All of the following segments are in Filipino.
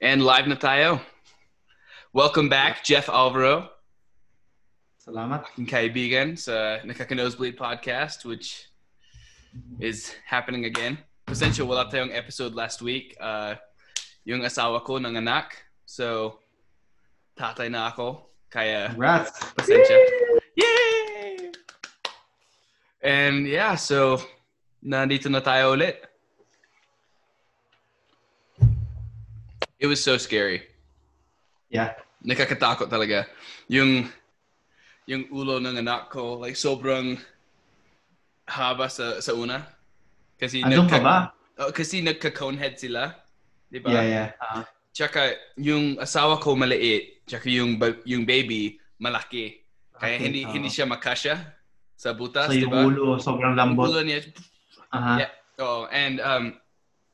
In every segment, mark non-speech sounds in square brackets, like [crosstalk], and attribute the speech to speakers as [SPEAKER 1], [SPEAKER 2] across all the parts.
[SPEAKER 1] and live.io. Welcome back, Jeff Alvaro.
[SPEAKER 2] Salamat.
[SPEAKER 1] Aking kaibigan sa Nakaka-Nosebleed podcast, which is happening again. Pasensya, wala tayong episode last week. Uh, yung asawa ko nanganak. So, tatay na ako. Kaya,
[SPEAKER 2] Congrats.
[SPEAKER 1] pasensya. Yay! And yeah, so, nandito na tayo ulit. It was so scary.
[SPEAKER 2] Yeah.
[SPEAKER 1] nakakatakot talaga. Yung yung ulo ng anak ko, like sobrang haba sa, sa una. Kasi
[SPEAKER 2] Andun ka Ah, ba?
[SPEAKER 1] Oh, kasi nagka-conehead sila. Di ba? Ah,
[SPEAKER 2] Yeah, yeah. Uh,
[SPEAKER 1] Tsaka yung asawa ko maliit, tsaka yung, ba- yung baby malaki. Kaya
[SPEAKER 2] Okay,
[SPEAKER 1] hindi
[SPEAKER 2] oo.
[SPEAKER 1] hindi siya makasya sa butas,
[SPEAKER 2] so
[SPEAKER 1] di
[SPEAKER 2] yung
[SPEAKER 1] ba?
[SPEAKER 2] ulo, sobrang
[SPEAKER 1] Yung
[SPEAKER 2] lambot.
[SPEAKER 1] ulo niya,
[SPEAKER 2] Aha.
[SPEAKER 1] Yeah. Oh, and um,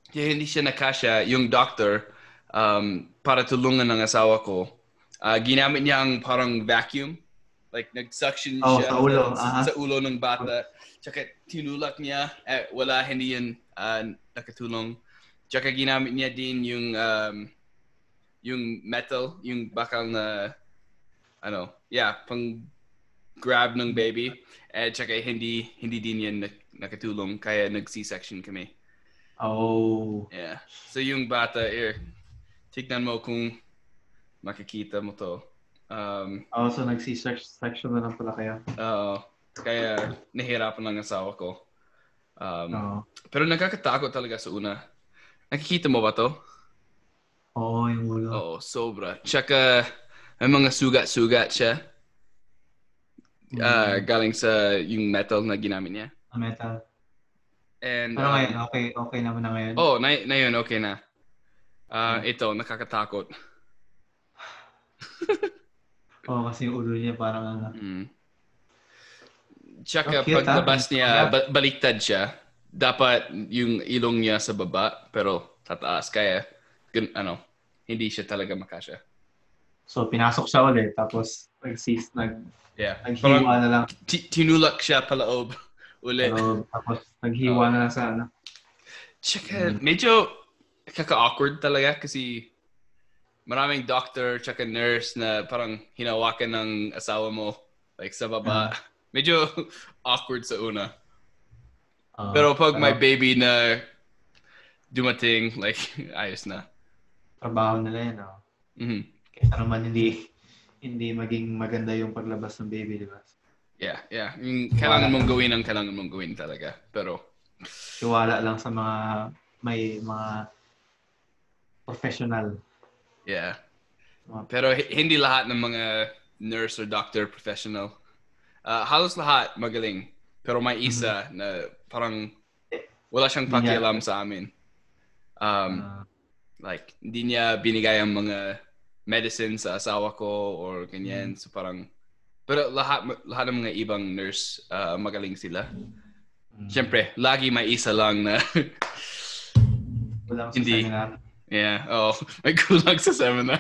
[SPEAKER 1] kaya hindi siya nakasya, yung doctor, um, para tulungan ng asawa ko, ah, ginamit niya ang parang vacuum. Like, nag-suction
[SPEAKER 2] Oh,
[SPEAKER 1] siya
[SPEAKER 2] sa ulo,
[SPEAKER 1] sa,
[SPEAKER 2] aha.
[SPEAKER 1] sa ulo ng bata. Tsaka tinulak niya, eh, wala, hindi yun ah, nakatulong. Tsaka ginamit niya din yung, um, yung metal, yung bakal na, ano, yeah, pang grab ng baby. At Eh, tsaka hindi, hindi din yan nak- nakatulong kaya nag-C-section kami.
[SPEAKER 2] Oh.
[SPEAKER 1] Yeah. So yung bata, er, tignan mo kung makikita mo to. Um,
[SPEAKER 2] Oh, so nag-C-section na lang pala kayo.
[SPEAKER 1] oo. kaya nahirapan ng asawa ko. Um,
[SPEAKER 2] Oo.
[SPEAKER 1] Pero nakakatakot talaga sa una. Nakikita mo ba to?
[SPEAKER 2] Oh, yung ulo.
[SPEAKER 1] Oo, sobra. Tsaka may mga sugat-sugat siya ah,
[SPEAKER 2] Mm,
[SPEAKER 1] galing sa yung metal na ginamit niya.
[SPEAKER 2] sa metal.
[SPEAKER 1] And,
[SPEAKER 2] Pero
[SPEAKER 1] um,
[SPEAKER 2] ngayon, okay, okay naman na ngayon.
[SPEAKER 1] Oh, na, na yun, okay na. Ah, Ito, nakakatakot.
[SPEAKER 2] Oo, Oh, kasi yung ulo niya parang ano.
[SPEAKER 1] Mm. Tsaka
[SPEAKER 2] Okay,
[SPEAKER 1] paglabas
[SPEAKER 2] tama.
[SPEAKER 1] niya,
[SPEAKER 2] Yeah.
[SPEAKER 1] ba- baliktad siya. Dapat yung ilong niya sa baba, pero tataas. Kaya, gun- ano, hindi siya talaga makasya.
[SPEAKER 2] So, pinasok siya ulit. Tapos, nag-seas, nag,
[SPEAKER 1] Yeah. Parang
[SPEAKER 2] naghiwa na lang.
[SPEAKER 1] ti- tinulak siya palaob [laughs] ulit.
[SPEAKER 2] Pero, tapos, naghiwa na lang sa ano.
[SPEAKER 1] Tsaka, medyo kaka-awkward talaga kasi maraming doctor tsaka nurse na parang hinawakan ng asawa mo like sa baba. [laughs] Medyo awkward sa una.
[SPEAKER 2] Oo.
[SPEAKER 1] Pero pag
[SPEAKER 2] ano?
[SPEAKER 1] may baby na dumating, like, [laughs] ayos na.
[SPEAKER 2] Trabaho nila yan, oh.
[SPEAKER 1] Mhm.
[SPEAKER 2] Kaysa naman hindi, hindi maging maganda yung paglabas ng baby, di ba?
[SPEAKER 1] Yeah, yeah. Yung kailangan mong gawin ang kailangan mong gawin talaga. Pero,
[SPEAKER 2] tiwala lang sa mga may mga professional.
[SPEAKER 1] yeah. Pero h- hindi lahat ng mga nurse or doctor professional. Ah, halos lahat magaling. Pero may isa na parang wala siyang
[SPEAKER 2] Hindi niya-
[SPEAKER 1] pakialam sa amin. Um,
[SPEAKER 2] Ah,
[SPEAKER 1] like, hindi niya binigay ang mga medicine sa asawa ko or
[SPEAKER 2] Mm.
[SPEAKER 1] ganyan. So parang, pero lahat, lahat ng mga ibang nurse, ah, magaling sila.
[SPEAKER 2] mm.
[SPEAKER 1] Siyempre, lagi may isa lang na, [laughs]
[SPEAKER 2] Walang
[SPEAKER 1] hindi.
[SPEAKER 2] hindi.
[SPEAKER 1] yeah, oh, may kulang sa seminar.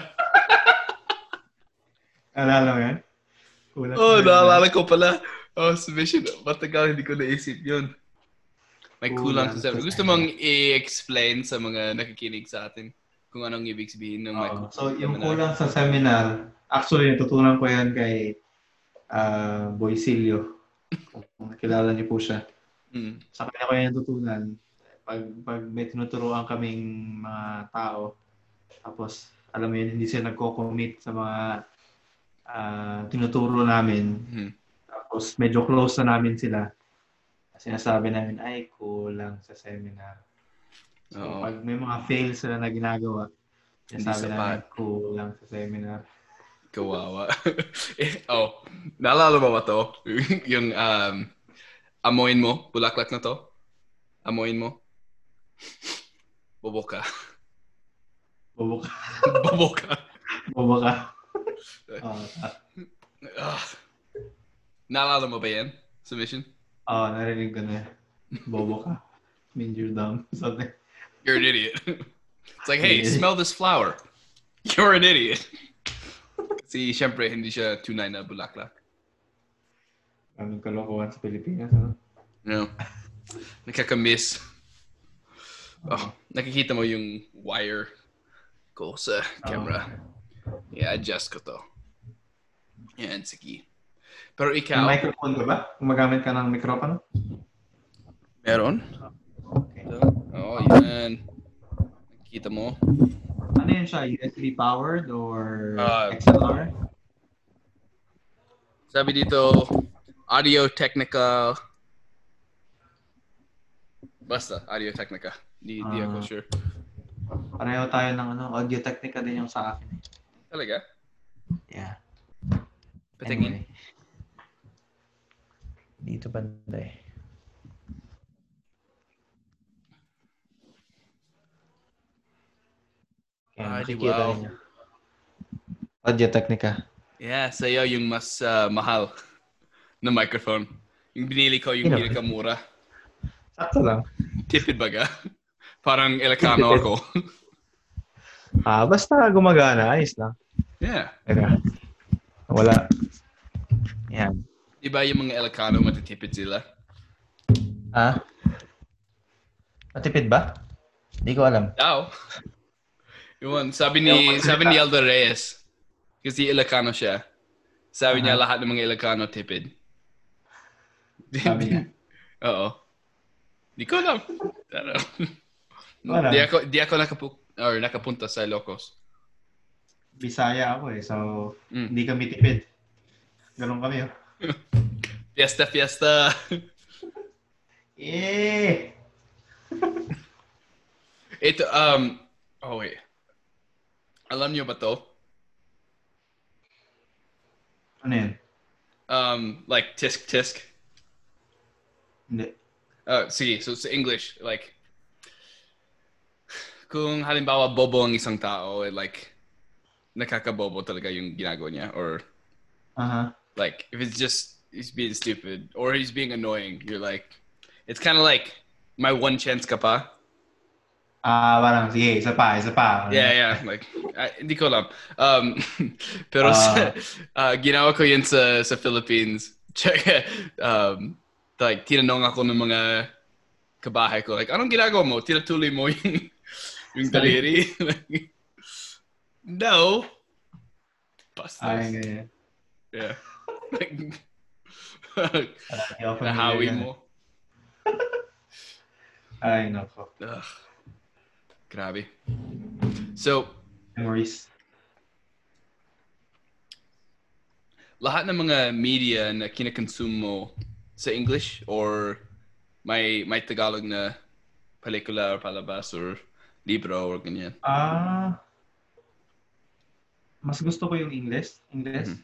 [SPEAKER 2] Alala mo yan? Kulang
[SPEAKER 1] Oh,
[SPEAKER 2] sa-
[SPEAKER 1] naalala ko pala. Oh, submission. Matagal hindi ko naisip yun. May kulang sa
[SPEAKER 2] Kulang
[SPEAKER 1] seminar.
[SPEAKER 2] sa
[SPEAKER 1] Gusto mong i-explain sa mga nakikinig sa atin kung anong ibig sabihin ng may
[SPEAKER 2] Oo.
[SPEAKER 1] kulang
[SPEAKER 2] So,
[SPEAKER 1] sa
[SPEAKER 2] yung
[SPEAKER 1] seminar?
[SPEAKER 2] kulang sa seminar, actually, natutunan ko yan kay ah, Boysilio. Kung kilala niyo po siya.
[SPEAKER 1] Mm.
[SPEAKER 2] Sa kanya ko yan natutunan. Pag, pag may tinuturoan kaming mga tao, tapos, alam mo yun, hindi sila nagko-commit sa mga ah, tinuturo namin,
[SPEAKER 1] Mhm.
[SPEAKER 2] Tapos medyo close na namin sila. Sinasabi namin, ay, kulang sa seminar. So,
[SPEAKER 1] Oo.
[SPEAKER 2] pag may mga fail sila na ginagawa,
[SPEAKER 1] sapat.
[SPEAKER 2] sinasabi namin, kulang sa seminar.
[SPEAKER 1] Kawawa. [laughs] Eh, oh, naalala mo ba to? [laughs] yung um, amoyin mo, bulaklak na to? Amoyin mo? [laughs] Bobo [laughs] ka.
[SPEAKER 2] Bobo ka. [laughs]
[SPEAKER 1] Bobo ka.
[SPEAKER 2] Bobo
[SPEAKER 1] [laughs]
[SPEAKER 2] ka. Oo, ah,
[SPEAKER 1] Ugh. Naalala mo ba yan? Submission?
[SPEAKER 2] oh, narinig ko na. yun. Bobo ka. Means you're dumb. [laughs] Something.
[SPEAKER 1] You're an idiot. [laughs] It's like, hey,
[SPEAKER 2] Yeah.
[SPEAKER 1] smell this flower. [laughs] You're an idiot. [laughs] Kasi syempre, hindi siya tunay na bulaklak.
[SPEAKER 2] Maraming kalokohan sa Pilipinas. Ano?
[SPEAKER 1] No. Oh, Nakaka-miss. Oh, nakikita mo yung wire ko sa camera.
[SPEAKER 2] Oh,
[SPEAKER 1] Yeah, adjust ko to. Yan, sige. Pero
[SPEAKER 2] May
[SPEAKER 1] ikaw,
[SPEAKER 2] microphone ka ba? Gumagamit ka ng microphone?
[SPEAKER 1] meron?
[SPEAKER 2] Okay.
[SPEAKER 1] Oo, oh, yan. Nakita mo?
[SPEAKER 2] Ano yan siya? USB powered or
[SPEAKER 1] Ah.
[SPEAKER 2] XLR?
[SPEAKER 1] Sabi dito, Audio Technica. Basta, Audio Technica. Di, di ako
[SPEAKER 2] Ah.
[SPEAKER 1] sure.
[SPEAKER 2] Pareho tayo ng ano, Audio Technica din yung sa akin. eh.
[SPEAKER 1] Talaga?
[SPEAKER 2] Yeah.
[SPEAKER 1] Patingin.
[SPEAKER 2] Anyway. Dito banda eh.
[SPEAKER 1] Ah,
[SPEAKER 2] Ayan,
[SPEAKER 1] di
[SPEAKER 2] makikita
[SPEAKER 1] wow.
[SPEAKER 2] ninyo. Audio Technica.
[SPEAKER 1] Yeah, sa'yo yung mas ah, mahal [laughs] na microphone. Yung binili ko, yung
[SPEAKER 2] Sino?
[SPEAKER 1] pinakamura.
[SPEAKER 2] Sakto lang.
[SPEAKER 1] Tipid baga. Parang Elcano ako. [laughs]
[SPEAKER 2] Ah, basta gumagana, ayos lang.
[SPEAKER 1] yeah.
[SPEAKER 2] Teka. Wala. Yan.
[SPEAKER 1] Di ba yung mga Elcano matitipid sila?
[SPEAKER 2] Ah? Matipid ba? Hindi ko alam.
[SPEAKER 1] Daw. Yun, sabi ni, sabi ni Elder Reyes. Kasi Ilocano siya. Sabi niya lahat ng mga Ilocano tipid.
[SPEAKER 2] Sabi niya.
[SPEAKER 1] [laughs] Oo. Di ko alam. Pero,
[SPEAKER 2] Wala.
[SPEAKER 1] di ako, di ako nakapu- or nakapunta sa Ilocos.
[SPEAKER 2] Bisaya ako eh, so
[SPEAKER 1] Mm.
[SPEAKER 2] hindi kami tipid. Ganun kami oh.
[SPEAKER 1] Fiesta, fiesta. [laughs]
[SPEAKER 2] Eh!
[SPEAKER 1] Ito, um, oh wait. Alam niyo ba to?
[SPEAKER 2] Ano yun?
[SPEAKER 1] Um, like, tisk, tisk.
[SPEAKER 2] Hindi.
[SPEAKER 1] Uh, sige, so sa English, like, kung halimbawa bobo ang isang tao, eh, like, nakakabobo talaga yung ginagawa niya. Or,
[SPEAKER 2] Aha.
[SPEAKER 1] like, if it's just, he's being stupid, or he's being annoying, you're like, it's kind of like, my one chance ka pa.
[SPEAKER 2] Ah, parang sige, isa pa, isa pa.
[SPEAKER 1] Yeah, yeah, like, I, hindi ko alam. Um, [laughs] pero sa, uh, ginawa ko yun sa, sa Philippines. [laughs] Check, um, like, tinanong ako ng mga kabahay ko, like, anong ginagawa mo? Tinatuloy mo yung, [laughs] yung daliri? [laughs] Like, no. Bastos.
[SPEAKER 2] Ay, ganyan.
[SPEAKER 1] Yeah. [laughs] Like,
[SPEAKER 2] Parang hindi ako familiar
[SPEAKER 1] nahawi
[SPEAKER 2] yan.
[SPEAKER 1] mo.
[SPEAKER 2] Ay, nako.
[SPEAKER 1] Ugh. Grabe. So,
[SPEAKER 2] Memories.
[SPEAKER 1] lahat ng mga media na kinakonsume mo sa English or may may Tagalog na pelikula or palabas or libro or ganyan.
[SPEAKER 2] Ah, mas gusto ko yung English. English.
[SPEAKER 1] Mhm.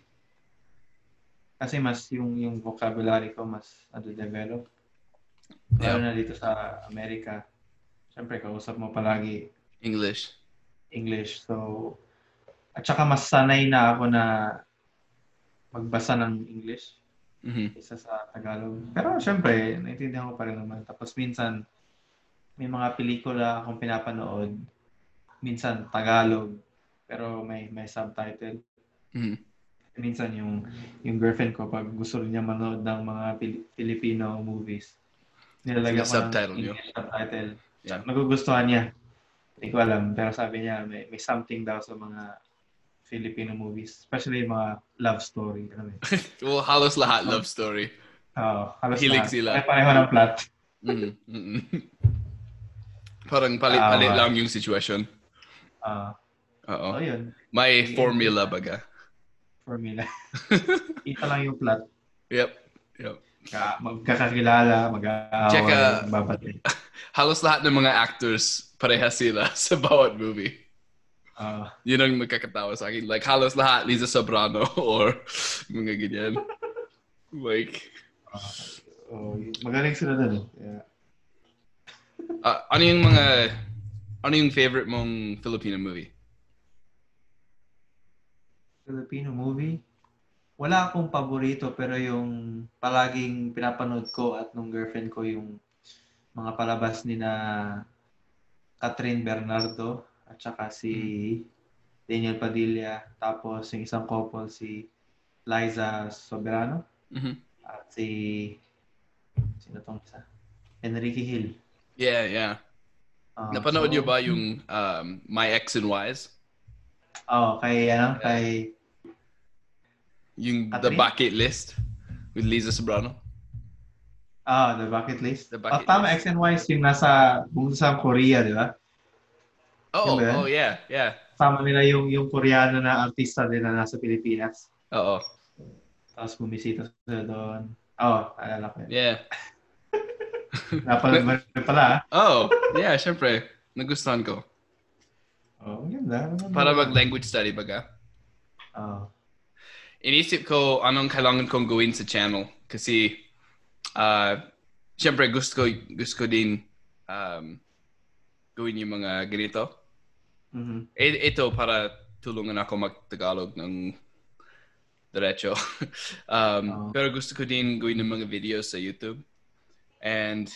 [SPEAKER 2] Kasi mas yung yung vocabulary ko mas nade-develop.
[SPEAKER 1] Yeah.
[SPEAKER 2] Lalo na dito sa Amerika. Siyempre, kausap mo palagi
[SPEAKER 1] English.
[SPEAKER 2] English. So, at saka mas sanay na ako na magbasa ng English
[SPEAKER 1] Mhm.
[SPEAKER 2] isa sa Tagalog. Pero syempre, naiintindihan ko pa rin naman. Tapos minsan, may mga pelikula akong pinapanood. Minsan, Tagalog. Pero may may subtitle.
[SPEAKER 1] Mhm.
[SPEAKER 2] Minsan, yung, yung girlfriend ko, pag gusto rin niya manood ng mga Pil- Filipino movies, nilalagay
[SPEAKER 1] May
[SPEAKER 2] ko
[SPEAKER 1] subtitle
[SPEAKER 2] ng
[SPEAKER 1] niyo?
[SPEAKER 2] English subtitle.
[SPEAKER 1] Yeah.
[SPEAKER 2] Nagugustuhan niya. Hindi ko alam. Pero sabi niya, may, may something daw sa mga Filipino movies. Especially yung mga love story. Alam mo
[SPEAKER 1] [laughs]
[SPEAKER 2] yun.
[SPEAKER 1] Well, halos lahat love story.
[SPEAKER 2] Oo, halos
[SPEAKER 1] Hilig
[SPEAKER 2] lahat.
[SPEAKER 1] sila.
[SPEAKER 2] Ay, pareho ng plot.
[SPEAKER 1] Mhm. Mhm. [laughs] Parang palit-palit
[SPEAKER 2] Tama.
[SPEAKER 1] lang yung situation.
[SPEAKER 2] Ah, so
[SPEAKER 1] Oo.
[SPEAKER 2] yun,
[SPEAKER 1] May formula baga.
[SPEAKER 2] formula. Ito lang yung plot.
[SPEAKER 1] Yep. Yep.
[SPEAKER 2] Ka- Magkakakilala, mag-aaway,
[SPEAKER 1] Tsaka-
[SPEAKER 2] magbabatid.
[SPEAKER 1] Halos lahat ng mga actors pareha sila [laughs] sa bawat movie.
[SPEAKER 2] Ah,
[SPEAKER 1] Yun ang nagkakatawa sa akin. Like, halos lahat, Liza Sobrano [laughs] or mga ganyan. like,
[SPEAKER 2] oh, magaling sila dun. eh. Yeah.
[SPEAKER 1] ah, ano yung mga, ano yung favorite mong Filipino movie?
[SPEAKER 2] Filipino movie. Wala akong paborito pero yung palaging pinapanood ko at nung girlfriend ko yung mga palabas ni na Catherine Bernardo at saka si Daniel Padilla tapos yung isang couple si Liza Soberano
[SPEAKER 1] Mhm.
[SPEAKER 2] Mm-hmm. At si... Sino tong isa? Enrique Hill.
[SPEAKER 1] Yeah, yeah.
[SPEAKER 2] Ah,
[SPEAKER 1] Napanood
[SPEAKER 2] so-
[SPEAKER 1] niyo ba yung um, My Ex and Wise?
[SPEAKER 2] Oh, kay ano, kay
[SPEAKER 1] Yung
[SPEAKER 2] At
[SPEAKER 1] The
[SPEAKER 2] least-
[SPEAKER 1] Bucket List with Lisa Sobrano.
[SPEAKER 2] ah, the bucket list.
[SPEAKER 1] The
[SPEAKER 2] Ah,
[SPEAKER 1] Bucket
[SPEAKER 2] tama,
[SPEAKER 1] List.
[SPEAKER 2] X and Y yung nasa pumunta sa Korea, di ba?
[SPEAKER 1] Oh,
[SPEAKER 2] Yun ba?
[SPEAKER 1] oh yeah, yeah.
[SPEAKER 2] Tama nila yung yung Koreano na artista din na nasa Pilipinas.
[SPEAKER 1] Oo.
[SPEAKER 2] Tapos bumisita sila doon. Oo, oh, alala
[SPEAKER 1] [laughs]
[SPEAKER 2] ko yun.
[SPEAKER 1] Yeah.
[SPEAKER 2] Napanood mo rin pala, ah.
[SPEAKER 1] Oh, yeah, syempre. Nagustuhan ko.
[SPEAKER 2] Oo, oh, ganda.
[SPEAKER 1] Para mag-language study baga.
[SPEAKER 2] Oo.
[SPEAKER 1] Inisip ko anong kailangan kong gawin sa channel. Kasi, uh, syempre gusto ko, gusto ko din um, gawin yung mga ganito.
[SPEAKER 2] Mhm.
[SPEAKER 1] I- ito para tulungan ako mag-Tagalog ng diretso. [laughs] um,
[SPEAKER 2] Oh.
[SPEAKER 1] Pero gusto ko din gawin ng mga videos sa YouTube. And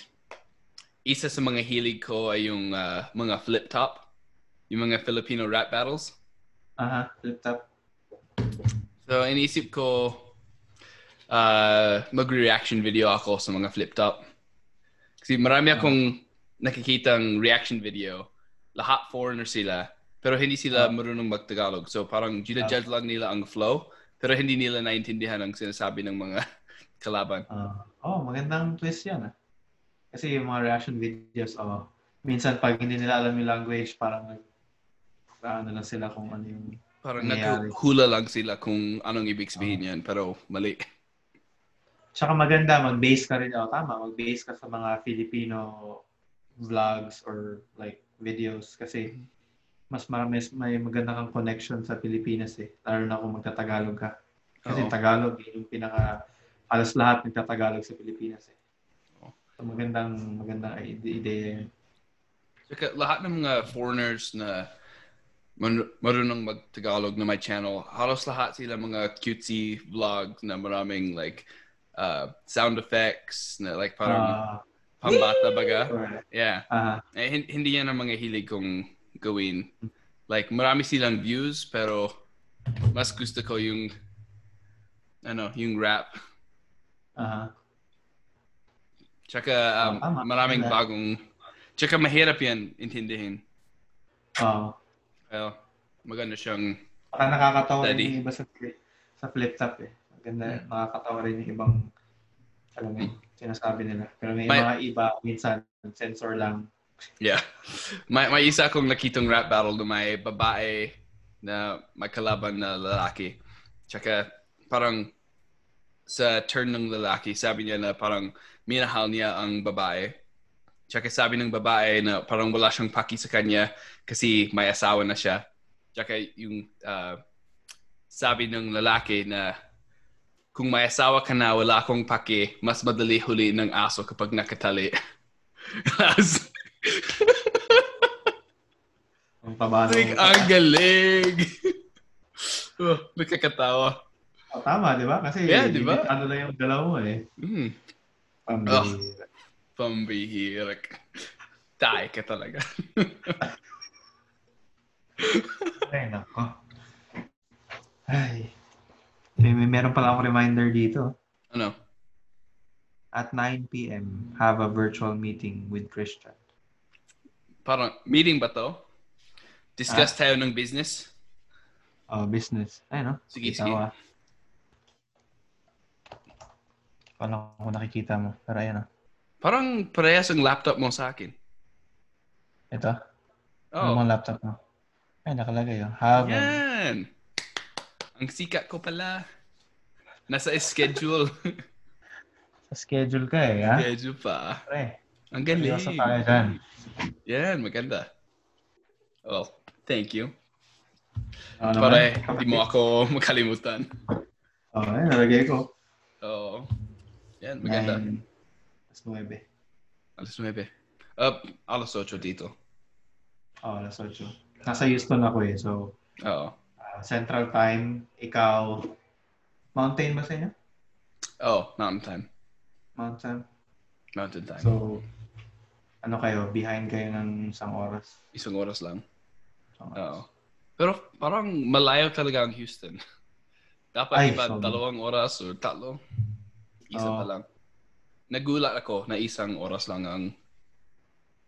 [SPEAKER 1] isa sa mga hilig ko ay yung uh, mga flip top. Yung mga Filipino rap battles.
[SPEAKER 2] Aha, flip top.
[SPEAKER 1] So, inisip ko uh, mag-reaction video ako sa mga flip top. Kasi
[SPEAKER 2] Ah.
[SPEAKER 1] marami akong nakikitang reaction video. Lahat foreigner sila. Pero hindi sila
[SPEAKER 2] Ah.
[SPEAKER 1] marunong mag-Tagalog. So, parang ginajudge lang nila ang flow. Pero hindi nila naintindihan ang sinasabi ng mga kalaban.
[SPEAKER 2] Ah. oh, magandang twist yan, ah. Kasi yung mga reaction videos, oh, minsan pag hindi nila alam yung language, parang nag- ano lang sila kung ano yung...
[SPEAKER 1] Parang
[SPEAKER 2] Nangyayari.
[SPEAKER 1] naghuhula lang sila kung anong ibig
[SPEAKER 2] Ah.
[SPEAKER 1] sabihin yan. Pero mali.
[SPEAKER 2] Tsaka maganda, mag-base ka rin. Oh, tama, mag-base ka sa mga Filipino vlogs or like videos kasi mas marami, may maganda kang connection sa Pilipinas eh. Lalo na kung magtatagalog ka. Kasi
[SPEAKER 1] Oo.
[SPEAKER 2] Tagalog, yun yung pinaka, halos lahat nagtatagalog sa Pilipinas eh.
[SPEAKER 1] Oo.
[SPEAKER 2] So, magandang, magandang ide- ideya yun.
[SPEAKER 1] Saka lahat ng mga foreigners na man- marunong mag-Tagalog na may channel, halos lahat sila mga cutesy vlog na maraming like uh, sound effects na like parang
[SPEAKER 2] Ah,
[SPEAKER 1] pambata baga.
[SPEAKER 2] correct.
[SPEAKER 1] Yeah.
[SPEAKER 2] Ah,
[SPEAKER 1] Eh, hin- hindi yan ang mga hilig kong gawin. Like marami silang views pero mas gusto ko yung ano, yung rap.
[SPEAKER 2] ah,
[SPEAKER 1] Tsaka um,
[SPEAKER 2] tama.
[SPEAKER 1] maraming
[SPEAKER 2] Tama.
[SPEAKER 1] bagong tsaka mahirap yan intindihin.
[SPEAKER 2] oo.
[SPEAKER 1] Well, maganda siyang
[SPEAKER 2] Baka nakakatawa rin
[SPEAKER 1] Daddy.
[SPEAKER 2] yung iba sa, fli- sa flip top eh. Maganda,
[SPEAKER 1] Mm.
[SPEAKER 2] nakakatawa rin yung ibang alam mo, yun, sinasabi nila. Pero may
[SPEAKER 1] May-
[SPEAKER 2] mga iba, minsan, sensor lang.
[SPEAKER 1] Yeah. [laughs] May, may isa akong nakitang rap battle na may babae na may kalaban na lalaki. Tsaka parang sa turn ng lalaki, sabi niya na parang minahal niya ang babae. Tsaka sabi ng babae na parang wala siyang paki sa kanya kasi may asawa na siya. Tsaka yung ah, sabi ng lalaki na kung may asawa ka na, wala akong paki, mas madali huli ng aso kapag nakatali. [laughs]
[SPEAKER 2] Ang pabalo.
[SPEAKER 1] Like, ang galing! oh, nakakatawa.
[SPEAKER 2] Oh, tama, di ba? Kasi
[SPEAKER 1] Yeah, di ba?
[SPEAKER 2] limitado lang yung dalawa mo eh.
[SPEAKER 1] Mm,
[SPEAKER 2] Pambihira.
[SPEAKER 1] pambihirag. Tay ka talaga.
[SPEAKER 2] Ay, nako. Ay. May, may meron pala akong reminder dito.
[SPEAKER 1] ano?
[SPEAKER 2] At 9 p.m., have a virtual meeting with Christian.
[SPEAKER 1] Parang, meeting ba to? Discuss
[SPEAKER 2] Ah.
[SPEAKER 1] tayo ng business?
[SPEAKER 2] Oh, business. Ay, no?
[SPEAKER 1] Sige,
[SPEAKER 2] Kita
[SPEAKER 1] sige.
[SPEAKER 2] ko, ah. Wala ko nakikita mo. Pero ayan, ah.
[SPEAKER 1] Parang parehas ang laptop mo sa akin.
[SPEAKER 2] Ito. Ano
[SPEAKER 1] Oh,
[SPEAKER 2] bang laptop mo? Ay, nakalagay, oh. Have a-
[SPEAKER 1] yan! Ang sikat ko pala. Nasa schedule.
[SPEAKER 2] Sa schedule ka, eh, [laughs] ha?
[SPEAKER 1] schedule pa.
[SPEAKER 2] Pre,
[SPEAKER 1] Ang galing.
[SPEAKER 2] seryoso tayo dyan.
[SPEAKER 1] Yan, maganda. Well, thank you.
[SPEAKER 2] Oo naman.
[SPEAKER 1] Para hindi mo ako makalimutan.
[SPEAKER 2] Oo, Ano Oh, ayun, nalagay ko.
[SPEAKER 1] Oo. Yan, maganda.
[SPEAKER 2] Nine, Alas 9.
[SPEAKER 1] Alas 9. Up, alas 8 dito.
[SPEAKER 2] Oo, Oh, alas 8. Nasa Houston ako, eh. So,
[SPEAKER 1] Oo.
[SPEAKER 2] Ah, Central Time, ikaw, Mountain ba sa inyo?
[SPEAKER 1] Oh, mountain time.
[SPEAKER 2] Mountain.
[SPEAKER 1] Mountain time.
[SPEAKER 2] So, ano kayo, behind kayo ng isang oras.
[SPEAKER 1] Isang oras lang.
[SPEAKER 2] Isang oras.
[SPEAKER 1] Oo. Pero parang malayo talaga ang Houston. [laughs] Dapat
[SPEAKER 2] Ay,
[SPEAKER 1] iba
[SPEAKER 2] sorry.
[SPEAKER 1] dalawang oras o tatlo. Isa pa
[SPEAKER 2] Oo.
[SPEAKER 1] lang. Nagulat ako na isang oras lang ang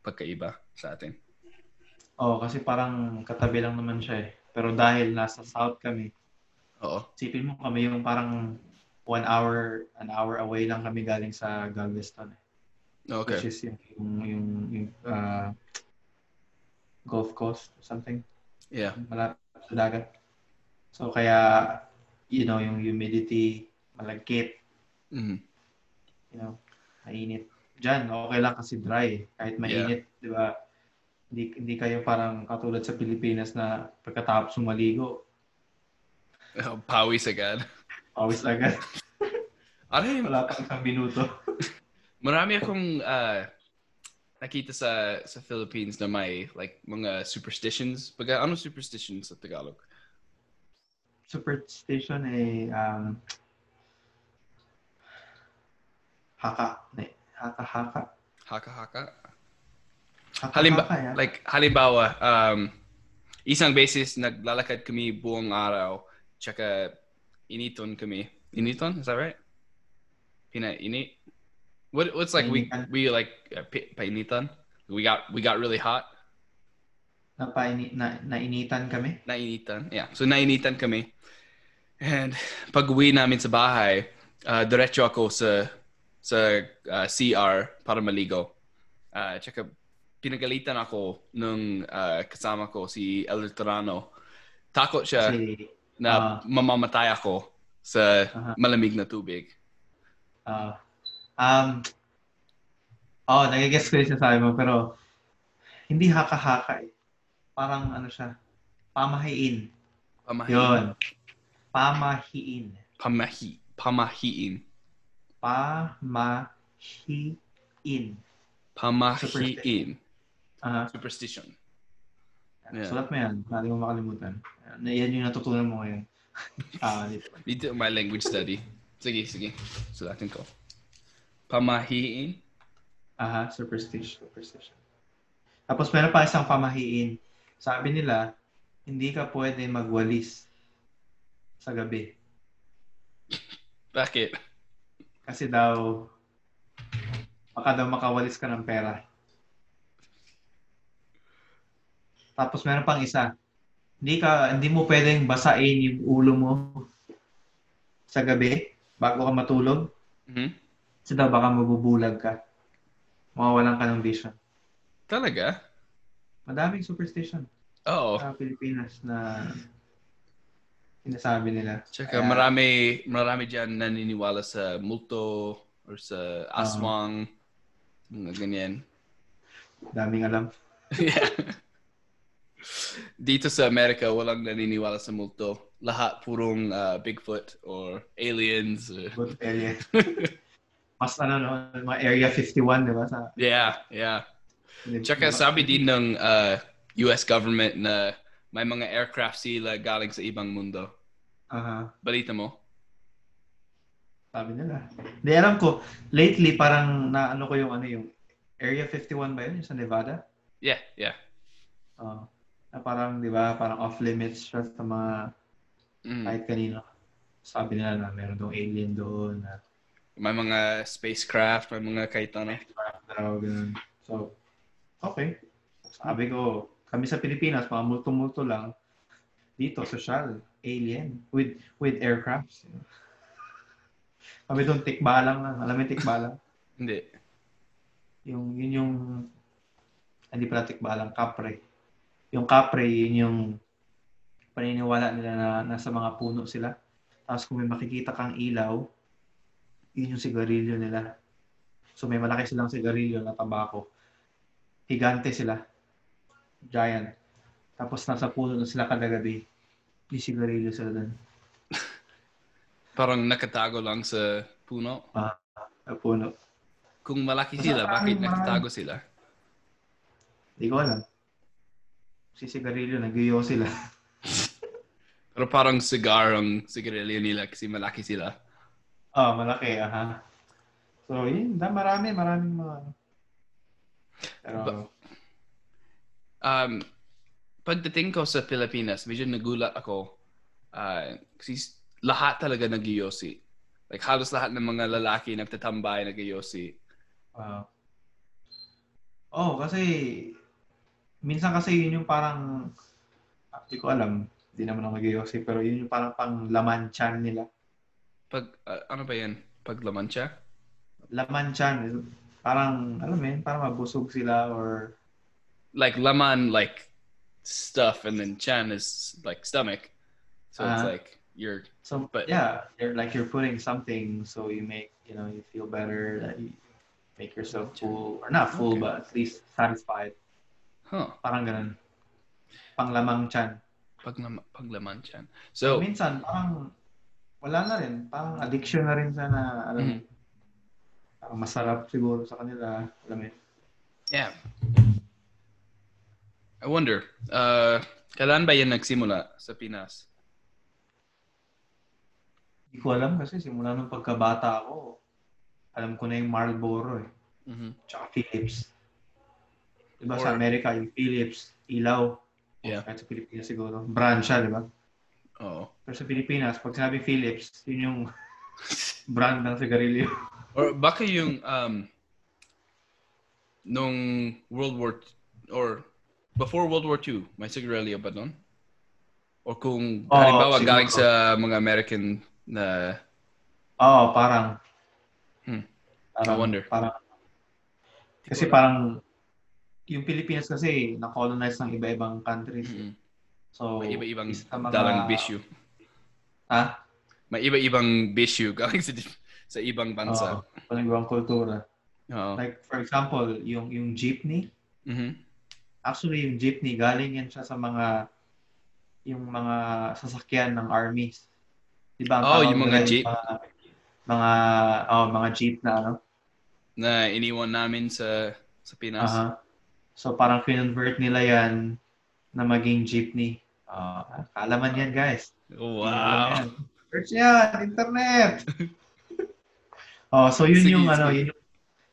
[SPEAKER 1] pagkaiba sa atin.
[SPEAKER 2] Oo, kasi parang katabi lang naman siya eh. Pero dahil nasa south kami,
[SPEAKER 1] Oo.
[SPEAKER 2] Isipin mo kami yung parang one hour, an hour away lang kami galing sa Galveston. eh.
[SPEAKER 1] Okay.
[SPEAKER 2] Which is yung, yung, yung, yung, uh, Gulf Coast or something.
[SPEAKER 1] Yeah.
[SPEAKER 2] Malapit sa dagat. So kaya, you know, yung humidity, malagkit,
[SPEAKER 1] Mhm.
[SPEAKER 2] you know, mainit. Diyan, okay lang kasi dry. eh. Kahit mainit, di ba? Hindi, hindi kayo parang katulad sa Pilipinas na pagkatapos maligo,
[SPEAKER 1] Oh, [laughs] pawis agad.
[SPEAKER 2] always agad. [laughs]
[SPEAKER 1] Aray,
[SPEAKER 2] Wala pang isang minuto.
[SPEAKER 1] marami akong uh, nakita sa, sa Philippines na may like mga superstitions. Baga, ano superstitions sa Tagalog?
[SPEAKER 2] superstition eh um haka ne haka haka
[SPEAKER 1] Haka-haka?
[SPEAKER 2] haka
[SPEAKER 1] Halimba-
[SPEAKER 2] haka, yeah.
[SPEAKER 1] Like, halimbawa, um, isang beses naglalakad kami buong araw, tsaka initon kami. Initon? Is that right? Pinainit? What, what's like, we,
[SPEAKER 2] Painitan.
[SPEAKER 1] we like, uh, pi- painitan? We got, we got really hot.
[SPEAKER 2] napaini na, nainitan kami
[SPEAKER 1] Nainitan. Yeah. So, nainitan kami. And pag-uwi namin sa bahay, uh, diretso ako sa, sa uh, CR para maligo. Uh, tsaka, pinagalitan ako nung uh, kasama ko si El Luterano. Takot siya
[SPEAKER 2] kasi uh-huh.
[SPEAKER 1] na
[SPEAKER 2] ah.
[SPEAKER 1] mamamatay ako sa
[SPEAKER 2] Aha.
[SPEAKER 1] malamig na tubig.
[SPEAKER 2] ah um oh nagigess ko rin siya sabi mo pero hindi haka haka eh parang ano siya pamahiin
[SPEAKER 1] Pamahi.
[SPEAKER 2] yon pamahiin
[SPEAKER 1] Pamahi. Pamahiin.
[SPEAKER 2] pamahiin
[SPEAKER 1] Pamahiin.
[SPEAKER 2] ah
[SPEAKER 1] Superstition. Yeah.
[SPEAKER 2] Yeah. Sulat mo yan. Lagi mo makalimutan. Na yan yung natutunan mo ngayon. Ah, dito.
[SPEAKER 1] Dito my language study. Sige, sige. Sulatin ko. Pamahiin.
[SPEAKER 2] Aha, superstition. Superstition. Tapos meron pa isang pamahiin. Sabi nila, hindi ka pwede magwalis sa gabi.
[SPEAKER 1] Bakit?
[SPEAKER 2] Kasi daw, baka daw makawalis ka ng pera. Tapos meron pang isa. Hindi ka, hindi mo pwedeng basain yung ulo mo sa gabi bago ka matulog.
[SPEAKER 1] Mhm.
[SPEAKER 2] Kasi daw baka mabubulag ka. Mawawalan ka ng vision.
[SPEAKER 1] Talaga?
[SPEAKER 2] Madaming superstition
[SPEAKER 1] Oo.
[SPEAKER 2] sa Pilipinas na sinasabi nila.
[SPEAKER 1] Tsaka
[SPEAKER 2] Ayan.
[SPEAKER 1] marami, marami dyan naniniwala sa multo or sa aswang. Mga ganyan.
[SPEAKER 2] Daming alam.
[SPEAKER 1] [laughs] yeah. Dito sa Amerika, walang naniniwala sa multo. Lahat purong ah, Bigfoot or aliens. or-
[SPEAKER 2] Good
[SPEAKER 1] [laughs]
[SPEAKER 2] area. Mas ano, no, mga Area 51, di ba? Sa,
[SPEAKER 1] Yeah, yeah. Tsaka sabi din ng uh, US government na may mga aircraft sila galing sa ibang mundo.
[SPEAKER 2] Aha,
[SPEAKER 1] Balita mo?
[SPEAKER 2] sabi nila. Hindi, alam ko, lately parang na ano ko yung ano yung Area 51 ba yun? Yung sa Nevada?
[SPEAKER 1] Yeah, yeah.
[SPEAKER 2] Oo. na parang, di ba, parang off-limits siya sa mga
[SPEAKER 1] Mm.
[SPEAKER 2] kahit kanino. Sabi nila na meron doon alien doon, na
[SPEAKER 1] May mga spacecraft, may mga kahit ano.
[SPEAKER 2] daw, ganun. So, okay. Sabi ko, kami sa Pilipinas, mga multo-multo lang. Dito, social, alien, with with aircrafts. you know. Kami doon, tikbalang lang. Alam mo yung tikbalang?
[SPEAKER 1] Hindi.
[SPEAKER 2] Yung, yun yung, hindi pala tikbalang, kapre. Yung kapre, yun yung paniniwala nila na nasa mga puno sila. Tapos kung may makikita kang ilaw, yun yung sigarilyo nila. So may malaki silang sigarilyo na tabako. Higante sila. Giant. Tapos nasa puno na sila kada gabi. Yung sigarilyo sila dun.
[SPEAKER 1] Parang nakatago lang sa puno.
[SPEAKER 2] Sa puno.
[SPEAKER 1] Kung malaki sila, bakit nakatago sila?
[SPEAKER 2] Hindi ko alam. Si sigarilyo, nagyuyo sila.
[SPEAKER 1] Pero parang cigar ang sigarilyo nila kasi malaki sila.
[SPEAKER 2] Ah, malaki. Aha. So yun, da, marami, maraming mga... ano. Pero,
[SPEAKER 1] Ba- Um, pagdating ko sa Pilipinas, medyo nagulat ako. ah, kasi s- lahat talaga nag-yosi. Like halos lahat ng mga lalaki nagtatambay nag-yosi.
[SPEAKER 2] Wow. Oh, kasi minsan kasi yun yung parang hindi ko alam. Hindi naman ako nag-yosi, pero yun yung parang pang lamanchan nila.
[SPEAKER 1] Pag, ah, ano ba yan? Pag laman siya?
[SPEAKER 2] Lamanchan, parang, alam mo yun, parang mabusog sila or,
[SPEAKER 1] Like, laman, like, stuff, and then chan is, like, stomach. So it's
[SPEAKER 2] Ah.
[SPEAKER 1] like, you're,
[SPEAKER 2] so,
[SPEAKER 1] But-
[SPEAKER 2] yeah, you're, like you're putting something so you make, you know, you feel better, that you make yourself full, or not full,
[SPEAKER 1] Okay.
[SPEAKER 2] but at least satisfied.
[SPEAKER 1] huh,
[SPEAKER 2] Parang ganun. Panglamang chan.
[SPEAKER 1] pag, lam- pag laman chan. So, Mm.
[SPEAKER 2] Minsan, parang wala na rin. Parang addiction na rin sana. Alam,
[SPEAKER 1] Mhm.
[SPEAKER 2] parang masarap siguro sa kanila. Alam mo yun.
[SPEAKER 1] yeah. I wonder, uh, kailan ba yan nagsimula sa Pinas?
[SPEAKER 2] Hindi ko alam kasi simula nung pagkabata ako, alam ko na yung Marlboro eh.
[SPEAKER 1] Mhm.
[SPEAKER 2] Tsaka Philips. Diba sa
[SPEAKER 1] Or-
[SPEAKER 2] Amerika, yung Philips, Ilaw.
[SPEAKER 1] Yeah.
[SPEAKER 2] Kahit sa Pilipinas siguro. Brand siya, di ba?
[SPEAKER 1] Oo.
[SPEAKER 2] Pero sa Pilipinas, pag sinabi Philips, yun
[SPEAKER 1] [laughs]
[SPEAKER 2] yung brand ng sigarilyo.
[SPEAKER 1] Or baka yung um nung World War or before World War II, may sigarilyo ba nun? Or kung
[SPEAKER 2] Oo,
[SPEAKER 1] halimbawa
[SPEAKER 2] Ah, siguro.
[SPEAKER 1] galing sa mga American na
[SPEAKER 2] Oo, parang.
[SPEAKER 1] Hmm.
[SPEAKER 2] Parang-
[SPEAKER 1] I wonder.
[SPEAKER 2] Parang Ah, Kasi parang yung Pilipinas kasi na-colonize ng iba-ibang countries.
[SPEAKER 1] Mm-mm. Mm-hmm.
[SPEAKER 2] So, ah,
[SPEAKER 1] may iba-ibang
[SPEAKER 2] isa sa mga-
[SPEAKER 1] dalang bisyo.
[SPEAKER 2] Ha?
[SPEAKER 1] May iba-ibang bisyo [laughs] galing sa sa ibang bansa.
[SPEAKER 2] Oo, walang ibang kultura.
[SPEAKER 1] Oo.
[SPEAKER 2] Like, for example, yung yung jeepney.
[SPEAKER 1] Mhm.
[SPEAKER 2] Actually, yung jeepney, galing yan siya sa mga yung mga sasakyan ng armies. Di ba? ang
[SPEAKER 1] Oh,
[SPEAKER 2] tawag
[SPEAKER 1] yung mga
[SPEAKER 2] nila
[SPEAKER 1] jeep.
[SPEAKER 2] Mga, mga, oh, mga jeep na ano.
[SPEAKER 1] Na iniwan namin sa sa Pinas.
[SPEAKER 2] Aha. So, parang kinonvert nila yan na maging jeepney. Oh, kaalaman yan, guys.
[SPEAKER 1] Wow.
[SPEAKER 2] Ayan. Search yan, internet. [laughs] oh, so yun
[SPEAKER 1] Sige,
[SPEAKER 2] yung
[SPEAKER 1] sige.
[SPEAKER 2] ano, yun yung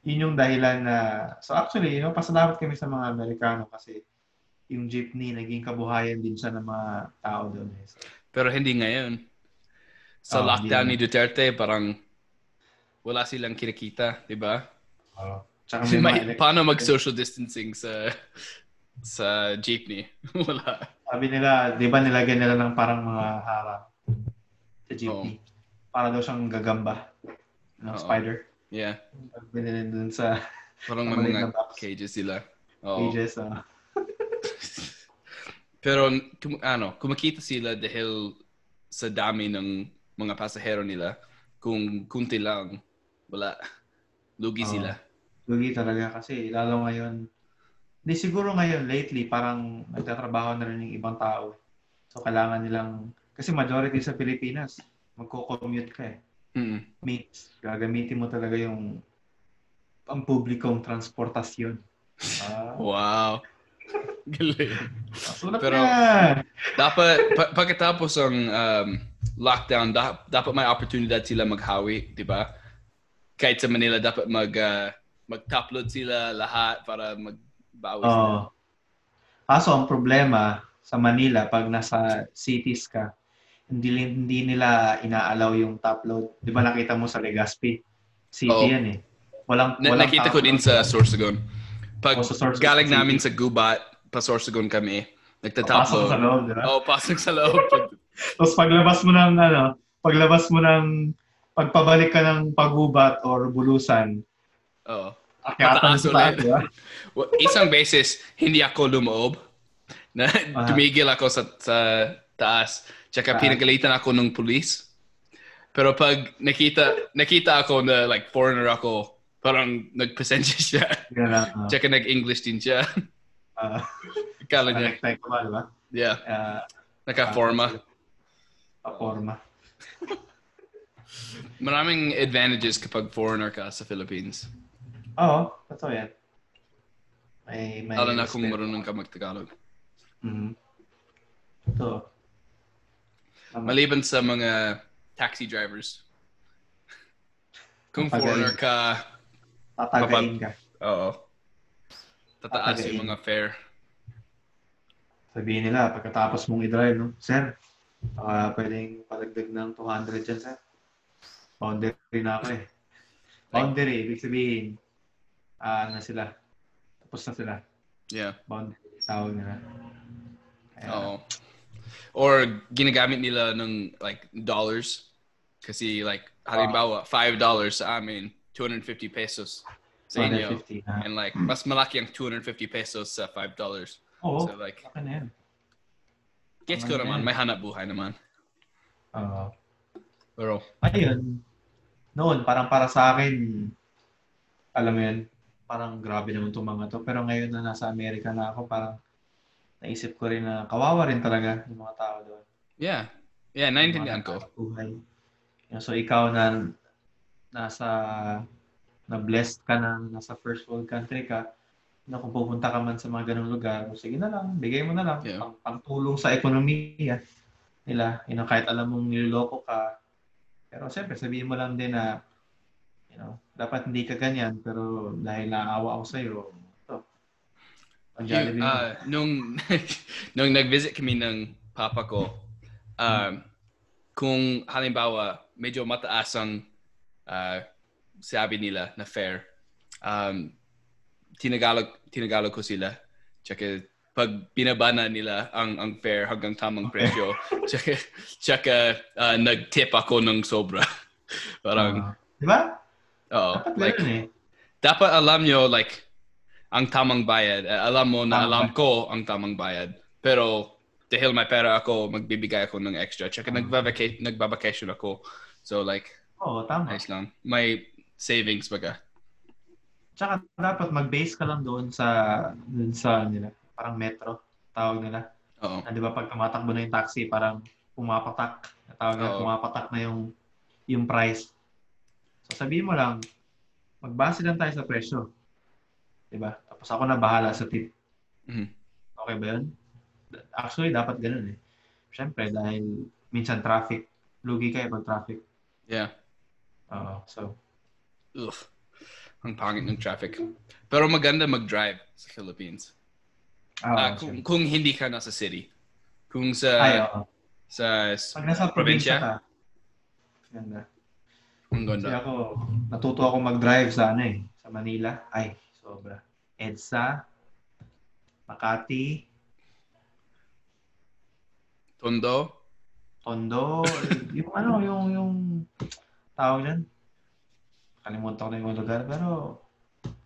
[SPEAKER 2] yun yung dahilan na so actually, you know, pasalamat kami sa mga Amerikano kasi yung jeepney naging kabuhayan din siya ng mga tao doon. eh. So,
[SPEAKER 1] Pero hindi ngayon. Sa
[SPEAKER 2] Oh,
[SPEAKER 1] lockdown ni
[SPEAKER 2] hindi
[SPEAKER 1] Duterte, parang wala silang kinikita, di ba?
[SPEAKER 2] oh. Tsaka
[SPEAKER 1] [laughs]
[SPEAKER 2] may mga
[SPEAKER 1] May,
[SPEAKER 2] elect-
[SPEAKER 1] paano mag-social distancing sa sa jeepney? [laughs] wala.
[SPEAKER 2] sabi nila, 'di ba nilagyan nila ng parang mga harang sa jeepney. Para daw siyang gagamba ng
[SPEAKER 1] Oo.
[SPEAKER 2] spider.
[SPEAKER 1] Yeah.
[SPEAKER 2] Binili dun sa
[SPEAKER 1] Parang may
[SPEAKER 2] Maliit
[SPEAKER 1] mga
[SPEAKER 2] na box.
[SPEAKER 1] cages sila. Oo.
[SPEAKER 2] pages. ah.
[SPEAKER 1] Pero kum- ano, kumakita sila dahil sa dami ng mga pasahero nila. Kung kunti lang, wala. Lugi
[SPEAKER 2] Oo.
[SPEAKER 1] sila.
[SPEAKER 2] Lugi talaga kasi lalo ngayon. Hindi siguro ngayon lately parang nagtatrabaho na rin yung ibang tao. So kailangan nilang kasi majority sa Pilipinas magko-commute ka eh.
[SPEAKER 1] Mm-mm.
[SPEAKER 2] Means gagamitin mo talaga yung ang publikong transportasyon. Ah,
[SPEAKER 1] Wow. [laughs] Galing.
[SPEAKER 2] uh,
[SPEAKER 1] pero- dapat pa- pagkatapos ang um, lockdown da- dapat may oportunidad sila maghawi di ba kahit sa Manila dapat mag uh, mag-upload sila lahat para magbawi sila
[SPEAKER 2] Oh. Kaso ang problema sa Manila pag nasa cities ka, hindi hindi nila inaalaw yung top load. 'Di ba nakita mo sa Legazpi? City
[SPEAKER 1] Oo.
[SPEAKER 2] yan eh. Walang
[SPEAKER 1] Na-
[SPEAKER 2] walang
[SPEAKER 1] nakita
[SPEAKER 2] top
[SPEAKER 1] ko din
[SPEAKER 2] load.
[SPEAKER 1] sa Sorsogon pag
[SPEAKER 2] Oh, sa Sorsogon
[SPEAKER 1] galing
[SPEAKER 2] City.
[SPEAKER 1] namin sa Gubat pa Sorsogon kami
[SPEAKER 2] Papasok sa
[SPEAKER 1] nagtatapload
[SPEAKER 2] loob, 'di ba?
[SPEAKER 1] oh pasok sa loob
[SPEAKER 2] [laughs]
[SPEAKER 1] Pag-
[SPEAKER 2] Tapos paglabas mo ng ano, paglabas mo ng pagpabalik ka ng pagubat or bulusan,
[SPEAKER 1] oh
[SPEAKER 2] akyatan
[SPEAKER 1] Pataas
[SPEAKER 2] sa taas,
[SPEAKER 1] ulit.
[SPEAKER 2] 'di ba?
[SPEAKER 1] Well, isang beses, hindi ako lumoob. Na, tumigil ako sa, sa taas. Tsaka
[SPEAKER 2] Taas.
[SPEAKER 1] pinagalitan ako ng pulis. Pero pag nakita nakita ako na like foreigner ako, parang nagpasensya [laughs] siya.
[SPEAKER 2] Yun lang. ah.
[SPEAKER 1] Tsaka nag-English din siya. [laughs]
[SPEAKER 2] Ah,
[SPEAKER 1] Kala niya,
[SPEAKER 2] Connect tayo ka ba, 'di ba?
[SPEAKER 1] yeah,
[SPEAKER 2] Ah,
[SPEAKER 1] naka-forma.
[SPEAKER 2] paporma.
[SPEAKER 1] Maraming advantages kapag foreigner ka sa Philippines.
[SPEAKER 2] Oo, totoo yan. May, may
[SPEAKER 1] Lalo na kung marunong ka mag-Tagalog.
[SPEAKER 2] Mhm. Totoo. Tama.
[SPEAKER 1] Maliban sa mga taxi drivers. [laughs] Kung
[SPEAKER 2] Pagaling.
[SPEAKER 1] foreigner ka,
[SPEAKER 2] Tatagain ka.
[SPEAKER 1] Oo. Tataas
[SPEAKER 2] Tatagain.
[SPEAKER 1] yung mga fare.
[SPEAKER 2] Sabihin nila, pagkatapos mong i-drive, no? Sir, baka pwedeng palagdag ng 200 dyan, sir. Boundary na ako eh. Boundary, ibig sabihin, ah, ano na sila. Tapos na sila.
[SPEAKER 1] Yeah.
[SPEAKER 2] Boundary, tawag nila. Kaya,
[SPEAKER 1] Oo. Or ginagamit nila ng like dollars. Kasi like, halimbawa, $5 sa amin, 250 pesos sa inyo.
[SPEAKER 2] 250 na.
[SPEAKER 1] And like, mas malaki ang 250 pesos sa $5.
[SPEAKER 2] Oo,
[SPEAKER 1] So like,
[SPEAKER 2] laki na yan.
[SPEAKER 1] gets ko
[SPEAKER 2] Tama
[SPEAKER 1] naman.
[SPEAKER 2] yan.
[SPEAKER 1] May hanap buhay naman.
[SPEAKER 2] Oo.
[SPEAKER 1] Pero,
[SPEAKER 2] Ayun, Ano noon, parang para sa akin, alam mo yun, parang grabe naman itong mga to. Pero ngayon na nasa Amerika na ako, parang naisip ko rin na kawawa rin talaga yung mga tao doon.
[SPEAKER 1] yeah. Yeah, naiintindihan ko.
[SPEAKER 2] Buhay. So ikaw na nasa na-blessed ka na nasa first world country ka, na kung pupunta ka man sa mga ganong lugar, sige na lang, bigay mo na lang.
[SPEAKER 1] Yeah.
[SPEAKER 2] Pang, pangtulong sa ekonomiya nila. You know, kahit alam mong niloloko ka. Pero siyempre, sabihin mo lang din na, you know, dapat hindi ka ganyan, pero dahil naawa ako sa'yo, ito.
[SPEAKER 1] Yung,
[SPEAKER 2] Panjalibin mo.
[SPEAKER 1] uh, nung, [laughs] nung nag-visit kami ng papa ko, um, kung halimbawa medyo mataas ang uh, sabi nila na fair, um, tinagalo, tinagalo ko sila. Tsaka pag binabana nila ang, ang fair hanggang tamang
[SPEAKER 2] [laughs]
[SPEAKER 1] presyo, tsaka, tsaka uh, nag-tip ako ng sobra. [laughs] Parang,
[SPEAKER 2] Ah. di ba?
[SPEAKER 1] oo.
[SPEAKER 2] Ah. Dapat
[SPEAKER 1] Like,
[SPEAKER 2] ganun eh.
[SPEAKER 1] dapat alam nyo, like, ang tamang bayad. Eh, Alam mo na
[SPEAKER 2] Tamang
[SPEAKER 1] alam ko ang tamang bayad. Pero, dahil may pera ako, magbibigay ako ng extra. Tsaka
[SPEAKER 2] Tama.
[SPEAKER 1] nagbabaka- nagbabakasyon ako. So, like,
[SPEAKER 2] Oo, tama.
[SPEAKER 1] nice lang. May savings baga.
[SPEAKER 2] Tsaka dapat mag-base ka lang doon sa doon sa nila, parang metro tawag nila.
[SPEAKER 1] Oo.
[SPEAKER 2] Ah, 'Di ba pag tumatakbo na yung taxi, parang pumapatak. Tawag nila,
[SPEAKER 1] Oo.
[SPEAKER 2] pumapatak na yung yung price. So sabihin mo lang, magbase lang tayo sa presyo. 'Di ba? Tapos ako na bahala sa tip.
[SPEAKER 1] Mhm.
[SPEAKER 2] Okay ba 'yun? Actually, dapat ganun eh. Siyempre, dahil minsan traffic, lugi kayo pag traffic.
[SPEAKER 1] Yeah.
[SPEAKER 2] Oo, so,
[SPEAKER 1] Ugh. Ang pangit ng traffic. Pero maganda mag-drive sa Philippines. Ah,
[SPEAKER 2] ah,
[SPEAKER 1] kung,
[SPEAKER 2] siyempre.
[SPEAKER 1] kung hindi ka nasa city. Kung sa...
[SPEAKER 2] Ay, oo.
[SPEAKER 1] sa...
[SPEAKER 2] Pag nasa probinsya
[SPEAKER 1] probinsya?
[SPEAKER 2] ka, ganda.
[SPEAKER 1] Ang
[SPEAKER 2] Kasi
[SPEAKER 1] ganda.
[SPEAKER 2] ako, natuto ako mag-drive sa ano eh, sa Manila. Ay, sobra. EDSA, Makati,
[SPEAKER 1] Tondo.
[SPEAKER 2] Tondo, [laughs] yung ano, yung, yung tawag dyan. Kalimutan ko na yung lugar, pero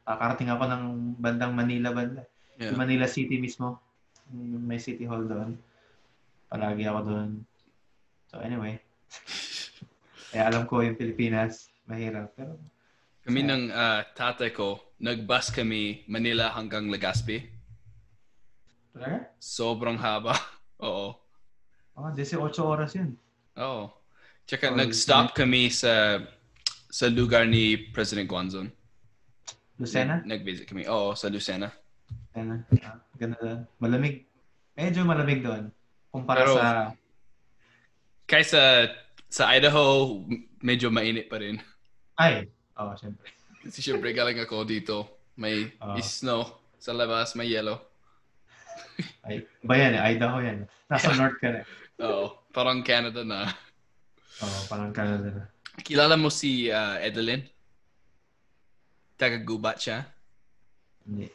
[SPEAKER 2] nakarating ako ng bandang Manila banda. Yung
[SPEAKER 1] Yeah.
[SPEAKER 2] Manila City mismo. Yung May City Hall doon. Palagi ako doon. So
[SPEAKER 1] [laughs]
[SPEAKER 2] anyway. eh, alam ko yung Pilipinas, mahirap. Pero
[SPEAKER 1] Kami
[SPEAKER 2] Yeah.
[SPEAKER 1] ng ah, tatay ko, nag-bus kami Manila hanggang Legazpi.
[SPEAKER 2] talaga?
[SPEAKER 1] Sobrang haba. [laughs] Oo.
[SPEAKER 2] Oh, 18 oras yun.
[SPEAKER 1] Oo. Tsaka
[SPEAKER 2] Oh,
[SPEAKER 1] nag-stop kami sa sa lugar ni President Guanzon.
[SPEAKER 2] Lucena?
[SPEAKER 1] Nag- Nag-visit kami. Oo, sa Lucena.
[SPEAKER 2] Ano? Ah, ganda doon. Malamig. Medyo malamig doon. Kumpara
[SPEAKER 1] Pero-
[SPEAKER 2] sa...
[SPEAKER 1] Kaysa sa Idaho, m- medyo mainit pa rin. [laughs]
[SPEAKER 2] Ay! Oo, oh, syempre.
[SPEAKER 1] Kasi syempre galing ako dito. May
[SPEAKER 2] Ah.
[SPEAKER 1] snow sa labas, may yellow.
[SPEAKER 2] Ay, iba yan eh. Idaho yan. Nasa north ka na.
[SPEAKER 1] Oo, parang Canada na. [laughs]
[SPEAKER 2] Oo, oh, parang Canada na.
[SPEAKER 1] Kilala mo si ah, Edelyn? Taga-gubat siya.
[SPEAKER 2] Hindi.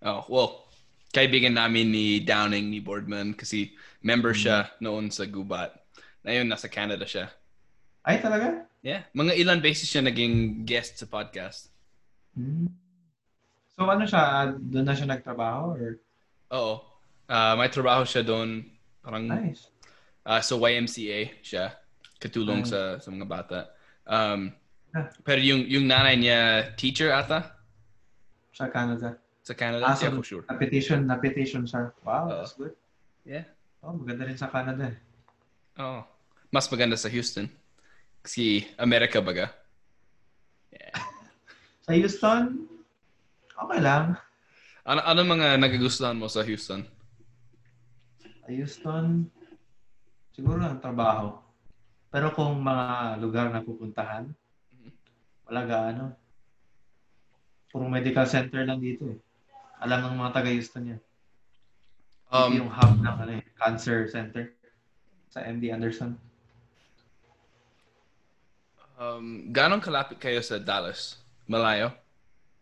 [SPEAKER 1] Oh, well, kaibigan namin ni Downing, ni Boardman, kasi member
[SPEAKER 2] Hmm.
[SPEAKER 1] siya noon sa Gubat. Ngayon, nasa Canada siya.
[SPEAKER 2] Ay, talaga?
[SPEAKER 1] Yeah. Mga ilan beses siya naging guest sa podcast.
[SPEAKER 2] Hmm. So ano siya? ah, Doon na siya nagtrabaho? Or...
[SPEAKER 1] Oo. Ah, may trabaho siya doon. Parang
[SPEAKER 2] Nice.
[SPEAKER 1] ah, sa YMCA siya. Katulong
[SPEAKER 2] Nice.
[SPEAKER 1] sa, sa mga bata. Um,
[SPEAKER 2] Ah.
[SPEAKER 1] pero yung, yung nanay niya, teacher ata?
[SPEAKER 2] Sa Canada.
[SPEAKER 1] Sa Canada?
[SPEAKER 2] Ah,
[SPEAKER 1] Hindi
[SPEAKER 2] so-
[SPEAKER 1] ako sure.
[SPEAKER 2] Na-petition, na-petition siya. Wow,
[SPEAKER 1] Oo.
[SPEAKER 2] that's good.
[SPEAKER 1] Yeah.
[SPEAKER 2] Oh, maganda rin sa Canada. eh.
[SPEAKER 1] Oo. Mas maganda sa Houston. Kasi Amerika baga.
[SPEAKER 2] Sa Houston, okay lang.
[SPEAKER 1] Ano, ano mga nagagustuhan mo sa Houston?
[SPEAKER 2] Sa Houston, siguro ang trabaho. Pero kung mga lugar na pupuntahan, wala gaano. Puro medical center lang dito eh. Alam ng mga taga-Houston yan.
[SPEAKER 1] Um,
[SPEAKER 2] Dito yung hub ng ano, eh, cancer center sa MD Anderson.
[SPEAKER 1] Um, ganon kalapit kayo sa Dallas? Malayo?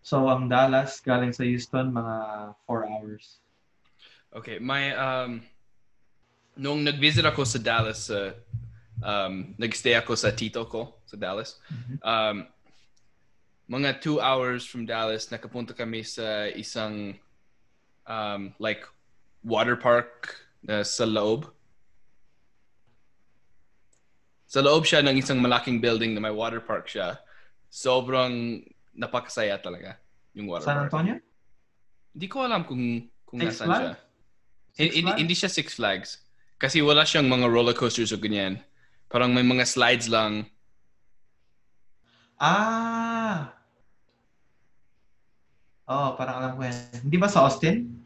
[SPEAKER 2] So, ang Dallas galing sa Houston, mga 4 hours.
[SPEAKER 1] Okay, my um nung nag-visit ako sa Dallas, uh, um, nag-stay ako sa tito ko sa Dallas. Um, mga two hours from Dallas, nakapunta kami sa isang um, like water park uh, sa loob. Sa loob siya ng isang malaking building na may water park siya. Sobrang napakasaya talaga yung water park.
[SPEAKER 2] San Antonio?
[SPEAKER 1] Hindi ko alam kung kung
[SPEAKER 2] Six
[SPEAKER 1] nasaan siya. Hin- Hindi,
[SPEAKER 2] Flags?
[SPEAKER 1] hindi siya Six Flags. Kasi wala siyang mga roller coasters o ganyan. Parang may mga slides lang.
[SPEAKER 2] Ah! Oh, parang alam ko yan. Hindi ba sa Austin?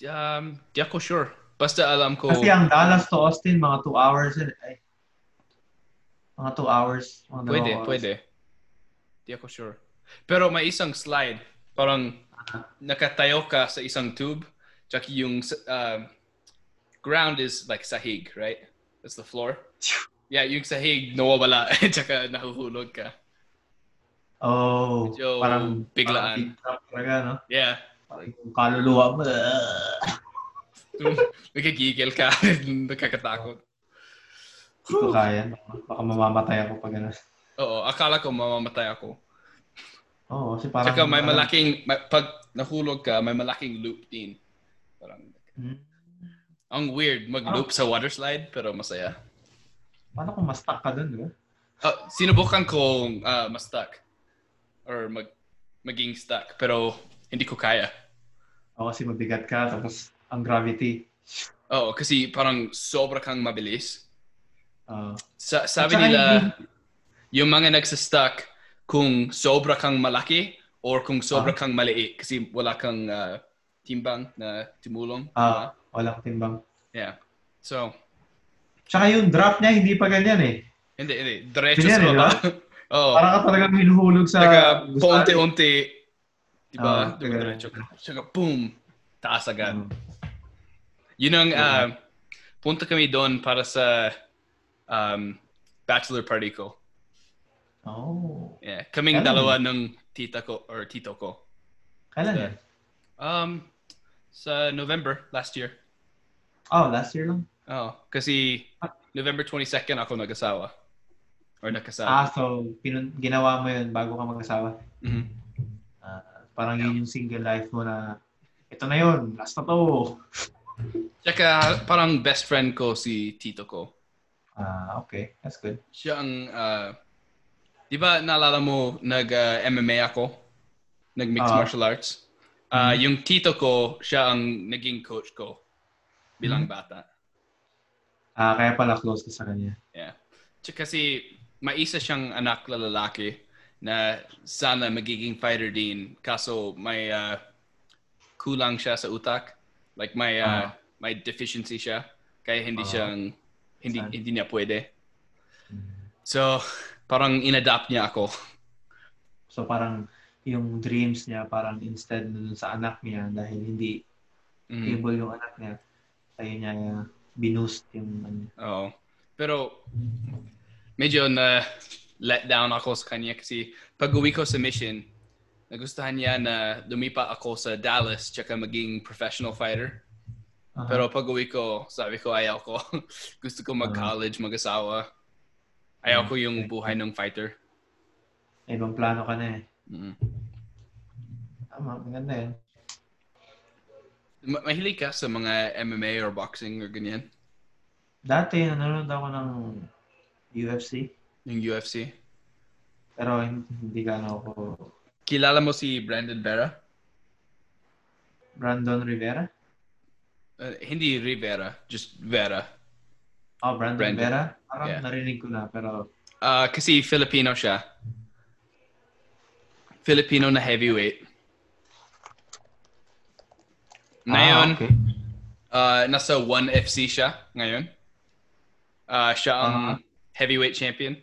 [SPEAKER 1] Um, di ako sure. Basta alam ko.
[SPEAKER 2] Kasi ang Dallas to Austin, mga 2 hours. yun. Ay, mga 2 hours. Mga dalawang
[SPEAKER 1] Pwede,
[SPEAKER 2] oras.
[SPEAKER 1] pwede. Di ako sure. Pero may isang slide. Parang
[SPEAKER 2] Ah.
[SPEAKER 1] nakatayo ka sa isang tube. Tsaka yung um, ground is like sahig, right? That's the floor. Yeah, yung sahig nawawala. [laughs] Tsaka nahuhulog ka.
[SPEAKER 2] Oh,
[SPEAKER 1] Medyo
[SPEAKER 2] parang
[SPEAKER 1] biglaan.
[SPEAKER 2] Parang big trap talaga, no?
[SPEAKER 1] Yeah.
[SPEAKER 2] Parang yung kaluluwa mo. eh.
[SPEAKER 1] Tum- [laughs] Nagigigil ka. Nakakatakot.
[SPEAKER 2] Hindi ko kaya. Baka mamamatay ako pag gano'n.
[SPEAKER 1] Oo, akala ko mamamatay ako.
[SPEAKER 2] Oo, kasi parang...
[SPEAKER 1] Tsaka may malaking, may- pag nahulog ka, may malaking loop din. Parang,
[SPEAKER 2] Hmm.
[SPEAKER 1] ang weird mag-loop sa water slide, pero masaya.
[SPEAKER 2] Paano kung ma-stuck ka dun, di ba?
[SPEAKER 1] Ah, sinubukan kong ah, ma-stuck. Or mag, maging stuck, pero hindi ko kaya.
[SPEAKER 2] O kasi mabigat ka, tapos ang gravity.
[SPEAKER 1] Oo, kasi parang sobra kang mabilis.
[SPEAKER 2] Ah,
[SPEAKER 1] Sa, sabi
[SPEAKER 2] At saka
[SPEAKER 1] nila, yung mga nagsastuck, kung sobra kang malaki or kung sobra
[SPEAKER 2] Ah.
[SPEAKER 1] kang maliit kasi wala kang ah, timbang na timulong.
[SPEAKER 2] ah, walang timbang.
[SPEAKER 1] Yeah. So,
[SPEAKER 2] Tsaka yung drop niya, hindi pa ganyan eh.
[SPEAKER 1] hindi, hindi. Diretso sa
[SPEAKER 2] Ganyan,
[SPEAKER 1] baba. [laughs] Oo.
[SPEAKER 2] Parang ah, ka talagang hinuhulog sa...
[SPEAKER 1] Saka
[SPEAKER 2] gusali.
[SPEAKER 1] paunti-unti.
[SPEAKER 2] Ah,
[SPEAKER 1] Diba?
[SPEAKER 2] taga-
[SPEAKER 1] Dumiretso ka. Saka boom! Taas agad.
[SPEAKER 2] Mm.
[SPEAKER 1] Yun ang, ah, punta kami doon para sa um, bachelor party ko.
[SPEAKER 2] Oh.
[SPEAKER 1] Yeah. Kaming
[SPEAKER 2] Ano?
[SPEAKER 1] dalawa ng tita ko or tito ko.
[SPEAKER 2] Kailan
[SPEAKER 1] Yeah.
[SPEAKER 2] yan?
[SPEAKER 1] Um, sa November last year.
[SPEAKER 2] Oh, last year lang.
[SPEAKER 1] Oh, kasi November 22nd ako nag-asawa. Or nagkasal.
[SPEAKER 2] Ah, so pinun- ginawa mo yun bago ka mag-asawa.
[SPEAKER 1] Mhm.
[SPEAKER 2] Ah, parang yun yung single life mo na ito na yun, last na to.
[SPEAKER 1] Tsaka parang best friend ko si tito ko.
[SPEAKER 2] Ah, okay. That's good.
[SPEAKER 1] Siya ang, ah, di ba naalala mo, ah, nag-MMA ako? Nag-mixed
[SPEAKER 2] Ah. Mm-hmm.
[SPEAKER 1] martial arts? Ah, Yung tito ko, siya ang naging coach ko bilang
[SPEAKER 2] Mm-hmm.
[SPEAKER 1] bata.
[SPEAKER 2] Ah, kaya pala close ka sa kanya.
[SPEAKER 1] Yeah. Tsaka kasi may isa siyang anak na lalaki na sana magiging fighter din kaso may ah, kulang siya sa utak. Like may ah, may deficiency siya kaya hindi
[SPEAKER 2] Ah.
[SPEAKER 1] siyang hindi
[SPEAKER 2] Sana.
[SPEAKER 1] hindi niya pwede. So parang inadapt niya ako.
[SPEAKER 2] So parang yung dreams niya parang instead na dun sa anak niya dahil hindi
[SPEAKER 1] Mm.
[SPEAKER 2] able yung anak niya, ayun niya binoost yung ano.
[SPEAKER 1] Oo. Pero medyo na let down ako sa kanya kasi pag-uwi ko sa mission, nagustuhan niya na lumipa ako sa Dallas tsaka maging professional fighter.
[SPEAKER 2] Aha.
[SPEAKER 1] Pero pag uwi ko, sabi ko ayaw ko. [laughs] Gusto ko
[SPEAKER 2] Ah.
[SPEAKER 1] mag-college, mag-asawa. Ayaw ko yung buhay ng fighter.
[SPEAKER 2] ibang plano ka na eh.
[SPEAKER 1] Mm.
[SPEAKER 2] Tama, maganda yan.
[SPEAKER 1] Ma- Mahilig ka sa mga MMA or boxing or ganyan?
[SPEAKER 2] Dati nanonood ako ng UFC
[SPEAKER 1] Yung UFC?
[SPEAKER 2] pero hin- hindi gano'n ako
[SPEAKER 1] Kilala mo si Brandon Vera?
[SPEAKER 2] Brandon Rivera?
[SPEAKER 1] Uh, hindi Rivera, just Vera.
[SPEAKER 2] Oh, Brandon,
[SPEAKER 1] Brandon.
[SPEAKER 2] Rivera? Parang
[SPEAKER 1] Yeah.
[SPEAKER 2] narinig ko na pero
[SPEAKER 1] Ah, kasi Filipino siya. Filipino na heavyweight. Ngayon,
[SPEAKER 2] Ah, okay.
[SPEAKER 1] Ah, nasa 1FC siya ngayon. Ah, siya ang
[SPEAKER 2] Ah.
[SPEAKER 1] heavyweight champion.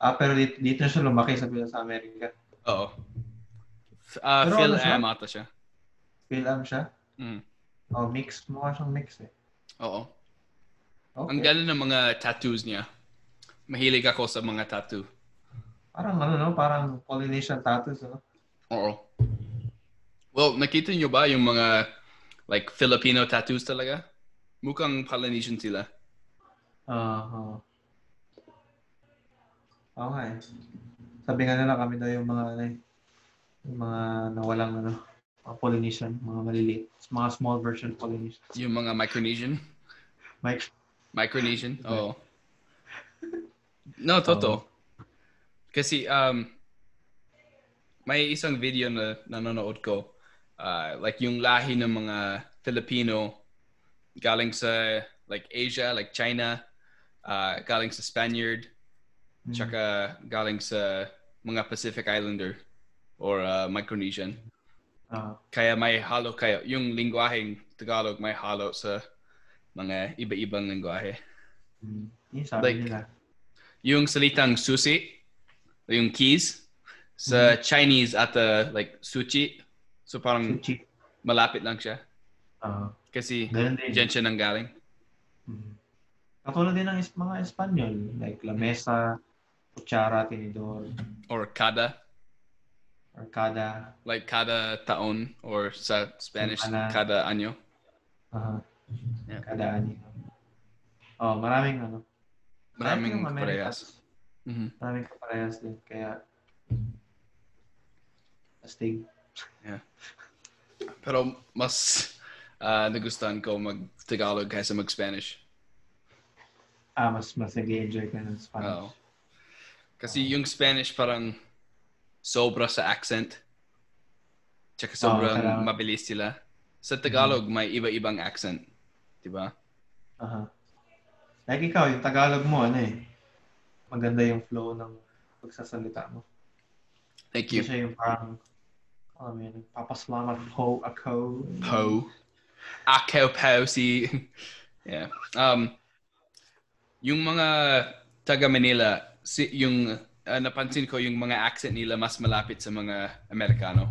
[SPEAKER 2] Ah, pero dito, dito na siya lumaki sa Pinas sa Amerika.
[SPEAKER 1] Oo. F- ah,
[SPEAKER 2] Pero
[SPEAKER 1] Phil
[SPEAKER 2] ano siya?
[SPEAKER 1] Am ata siya.
[SPEAKER 2] Film ano siya?
[SPEAKER 1] Mm.
[SPEAKER 2] Oh, mix. Mukha siyang mix eh.
[SPEAKER 1] Oo.
[SPEAKER 2] Okay.
[SPEAKER 1] Ang ganda ng mga tattoos niya. Mahilig ako sa mga tattoo.
[SPEAKER 2] Parang ano no? Parang Polynesian tattoos ano? no?
[SPEAKER 1] Oo. Well, nakita niyo ba yung mga like Filipino tattoos talaga? Mukhang Polynesian sila. Uh-huh.
[SPEAKER 2] Oo. Okay. eh. Sabi nga nila kami daw yung mga ano eh, yung mga nawalang ano, mga Polynesian, mga maliliit, mga small version Polynesian.
[SPEAKER 1] Yung mga Micronesian.
[SPEAKER 2] Mike,
[SPEAKER 1] Micronesian? Oo. No, totoo. Kasi um, may isang video na nanonood ko. ah, like yung lahi ng mga Filipino galing sa like Asia, like China, ah, galing sa Spaniard,
[SPEAKER 2] Hmm.
[SPEAKER 1] tsaka galing sa mga Pacific Islander or ah, Micronesian.
[SPEAKER 2] Ah,
[SPEAKER 1] Kaya may halo kayo. Yung lingwaheng Tagalog may halo sa mga iba-ibang lingwahe.
[SPEAKER 2] mm. Yun sabi
[SPEAKER 1] Like-
[SPEAKER 2] nila.
[SPEAKER 1] yung salitang susi, yung keys, sa Chinese at the, like, suchi. So parang
[SPEAKER 2] Sushi.
[SPEAKER 1] malapit lang siya.
[SPEAKER 2] Ah,
[SPEAKER 1] Kasi
[SPEAKER 2] ganun din.
[SPEAKER 1] dyan siya nang galing.
[SPEAKER 2] Mm. Katulad din ng is- mga Espanyol, like la mesa, kutsara, tinidor,
[SPEAKER 1] Or kada.
[SPEAKER 2] arcada.
[SPEAKER 1] Like kada taon or sa Spanish,
[SPEAKER 2] Ano.
[SPEAKER 1] kada año.
[SPEAKER 2] Aha.
[SPEAKER 1] Yeah.
[SPEAKER 2] Kada ano. Oh, maraming ano.
[SPEAKER 1] Maraming
[SPEAKER 2] yung Americas.
[SPEAKER 1] parehas. Mhm.
[SPEAKER 2] Maraming kaparehas din. Kaya, astig.
[SPEAKER 1] Pero mas [laughs] ah, nagustuhan ko mag-Tagalog kaysa mag-Spanish.
[SPEAKER 2] Ah, mas, mas nag-enjoy ka ng Spanish.
[SPEAKER 1] Oo. Kasi yung Spanish parang sobra sa accent. Tsaka sobrang
[SPEAKER 2] kailangan.
[SPEAKER 1] mabilis sila. Sa Tagalog, may iba-ibang accent. Diba?
[SPEAKER 2] Aha. Like ikaw, yung Tagalog mo, ano eh. Maganda yung flow ng pagsasalita mo.
[SPEAKER 1] Thank
[SPEAKER 2] Hindi
[SPEAKER 1] you.
[SPEAKER 2] siya yung parang, alam mo yun, papasalamat po ako.
[SPEAKER 1] Po. Ako po si... [laughs] yeah. Um, yung mga taga Manila, si, yung ah, napansin ko yung mga accent nila mas malapit sa mga Amerikano.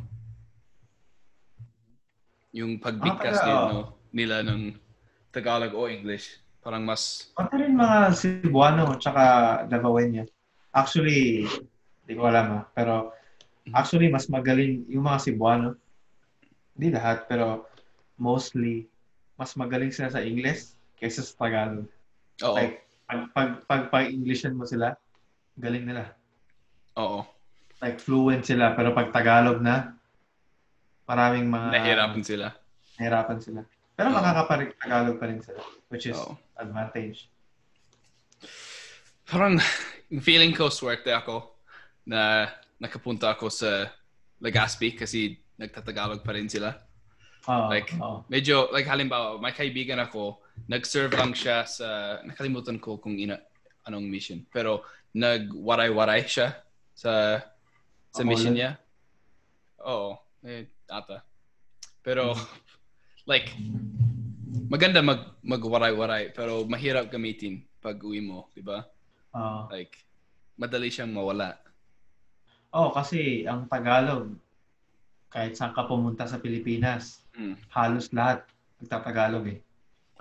[SPEAKER 1] Yung pagbigkas
[SPEAKER 2] Ah, kaya,
[SPEAKER 1] nila, nila ng Tagalog o English, parang mas
[SPEAKER 2] Pati rin mga Cebuano at saka Davaoeña. Actually, hindi ko alam ah. Pero
[SPEAKER 1] Mm-hmm.
[SPEAKER 2] actually, mas magaling yung mga Cebuano. Hindi lahat, pero mostly, mas magaling sila sa English kaysa sa Tagalog.
[SPEAKER 1] oo,
[SPEAKER 2] Like, pag, pag, pag, pag Englishan mo sila, galing nila.
[SPEAKER 1] oo.
[SPEAKER 2] Like, fluent sila. Pero pag Tagalog na, maraming mga...
[SPEAKER 1] Nahirapan sila.
[SPEAKER 2] nahirapan sila.
[SPEAKER 1] Oo.
[SPEAKER 2] Pero makakaparig Tagalog pa rin sila. Which is
[SPEAKER 1] Oo.
[SPEAKER 2] advantage.
[SPEAKER 1] Parang [laughs] feeling ko swerte ako na nakapunta ako sa Legazpi kasi nagtatagalog pa rin sila.
[SPEAKER 2] Oo,
[SPEAKER 1] Like,
[SPEAKER 2] oo.
[SPEAKER 1] Medyo, like halimbawa, may kaibigan ako, nag-serve lang siya sa, nakalimutan ko kung ina, anong mission, pero nag-waray-waray siya sa, sa
[SPEAKER 2] Ako
[SPEAKER 1] mission
[SPEAKER 2] ulit.
[SPEAKER 1] niya. Oo, eh, ata. Pero,
[SPEAKER 2] Hmm.
[SPEAKER 1] like, maganda mag, mag-waray-waray, pero mahirap gamitin pag uwi mo, di ba?
[SPEAKER 2] Oo.
[SPEAKER 1] Like, madali siyang mawala.
[SPEAKER 2] Oo, Oh, kasi ang Tagalog, kahit saan ka pumunta sa Pilipinas,
[SPEAKER 1] Mm.
[SPEAKER 2] halos lahat nagtatagalog eh.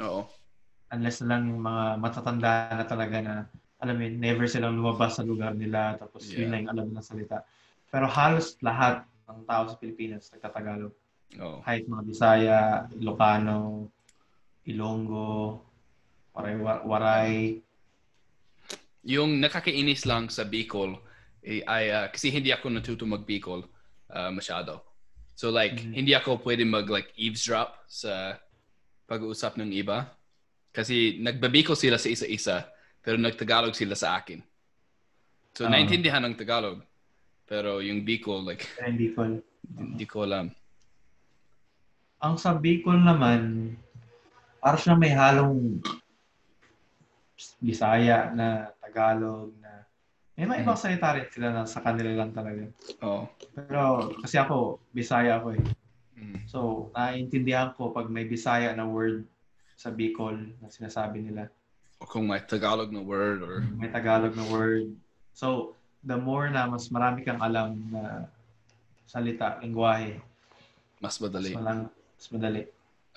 [SPEAKER 1] Oo.
[SPEAKER 2] Unless na lang yung mga matatanda na talaga na, alam mo yun, never silang lumabas sa lugar nila, tapos yun
[SPEAKER 1] Yeah.
[SPEAKER 2] lang yung alam ng salita. Pero halos lahat ng tao sa Pilipinas nagtatagalog.
[SPEAKER 1] Oo.
[SPEAKER 2] Kahit mga Bisaya, Ilocano, Ilonggo, Waray, Waray.
[SPEAKER 1] Yung nakakainis lang sa Bicol eh, ay ah, kasi hindi ako natuto mag Bicol ah, masyado. So like
[SPEAKER 2] Mhm.
[SPEAKER 1] hindi ako pwede mag like eavesdrop sa pag-uusap ng iba kasi nagbabicol sila sa isa-isa pero nagtagalog sila sa akin. So
[SPEAKER 2] Ah.
[SPEAKER 1] naintindihan ng Tagalog pero yung Bicol like
[SPEAKER 2] and Bicol.
[SPEAKER 1] hindi ko alam.
[SPEAKER 2] Ang sa Bicol naman, parang siya may halong Bisaya na Tagalog na may mga
[SPEAKER 1] Mm.
[SPEAKER 2] ibang salita rin sila na sa kanila lang talaga.
[SPEAKER 1] Oo.
[SPEAKER 2] Pero kasi ako, Bisaya ako eh.
[SPEAKER 1] Mm.
[SPEAKER 2] So, naiintindihan ko pag may Bisaya na word sa Bicol na sinasabi nila.
[SPEAKER 1] O kung may Tagalog na word or
[SPEAKER 2] May Tagalog na word. So, the more na mas marami kang alam na salita, lingwahe,
[SPEAKER 1] mas
[SPEAKER 2] mas,
[SPEAKER 1] madali.
[SPEAKER 2] malang, mas madali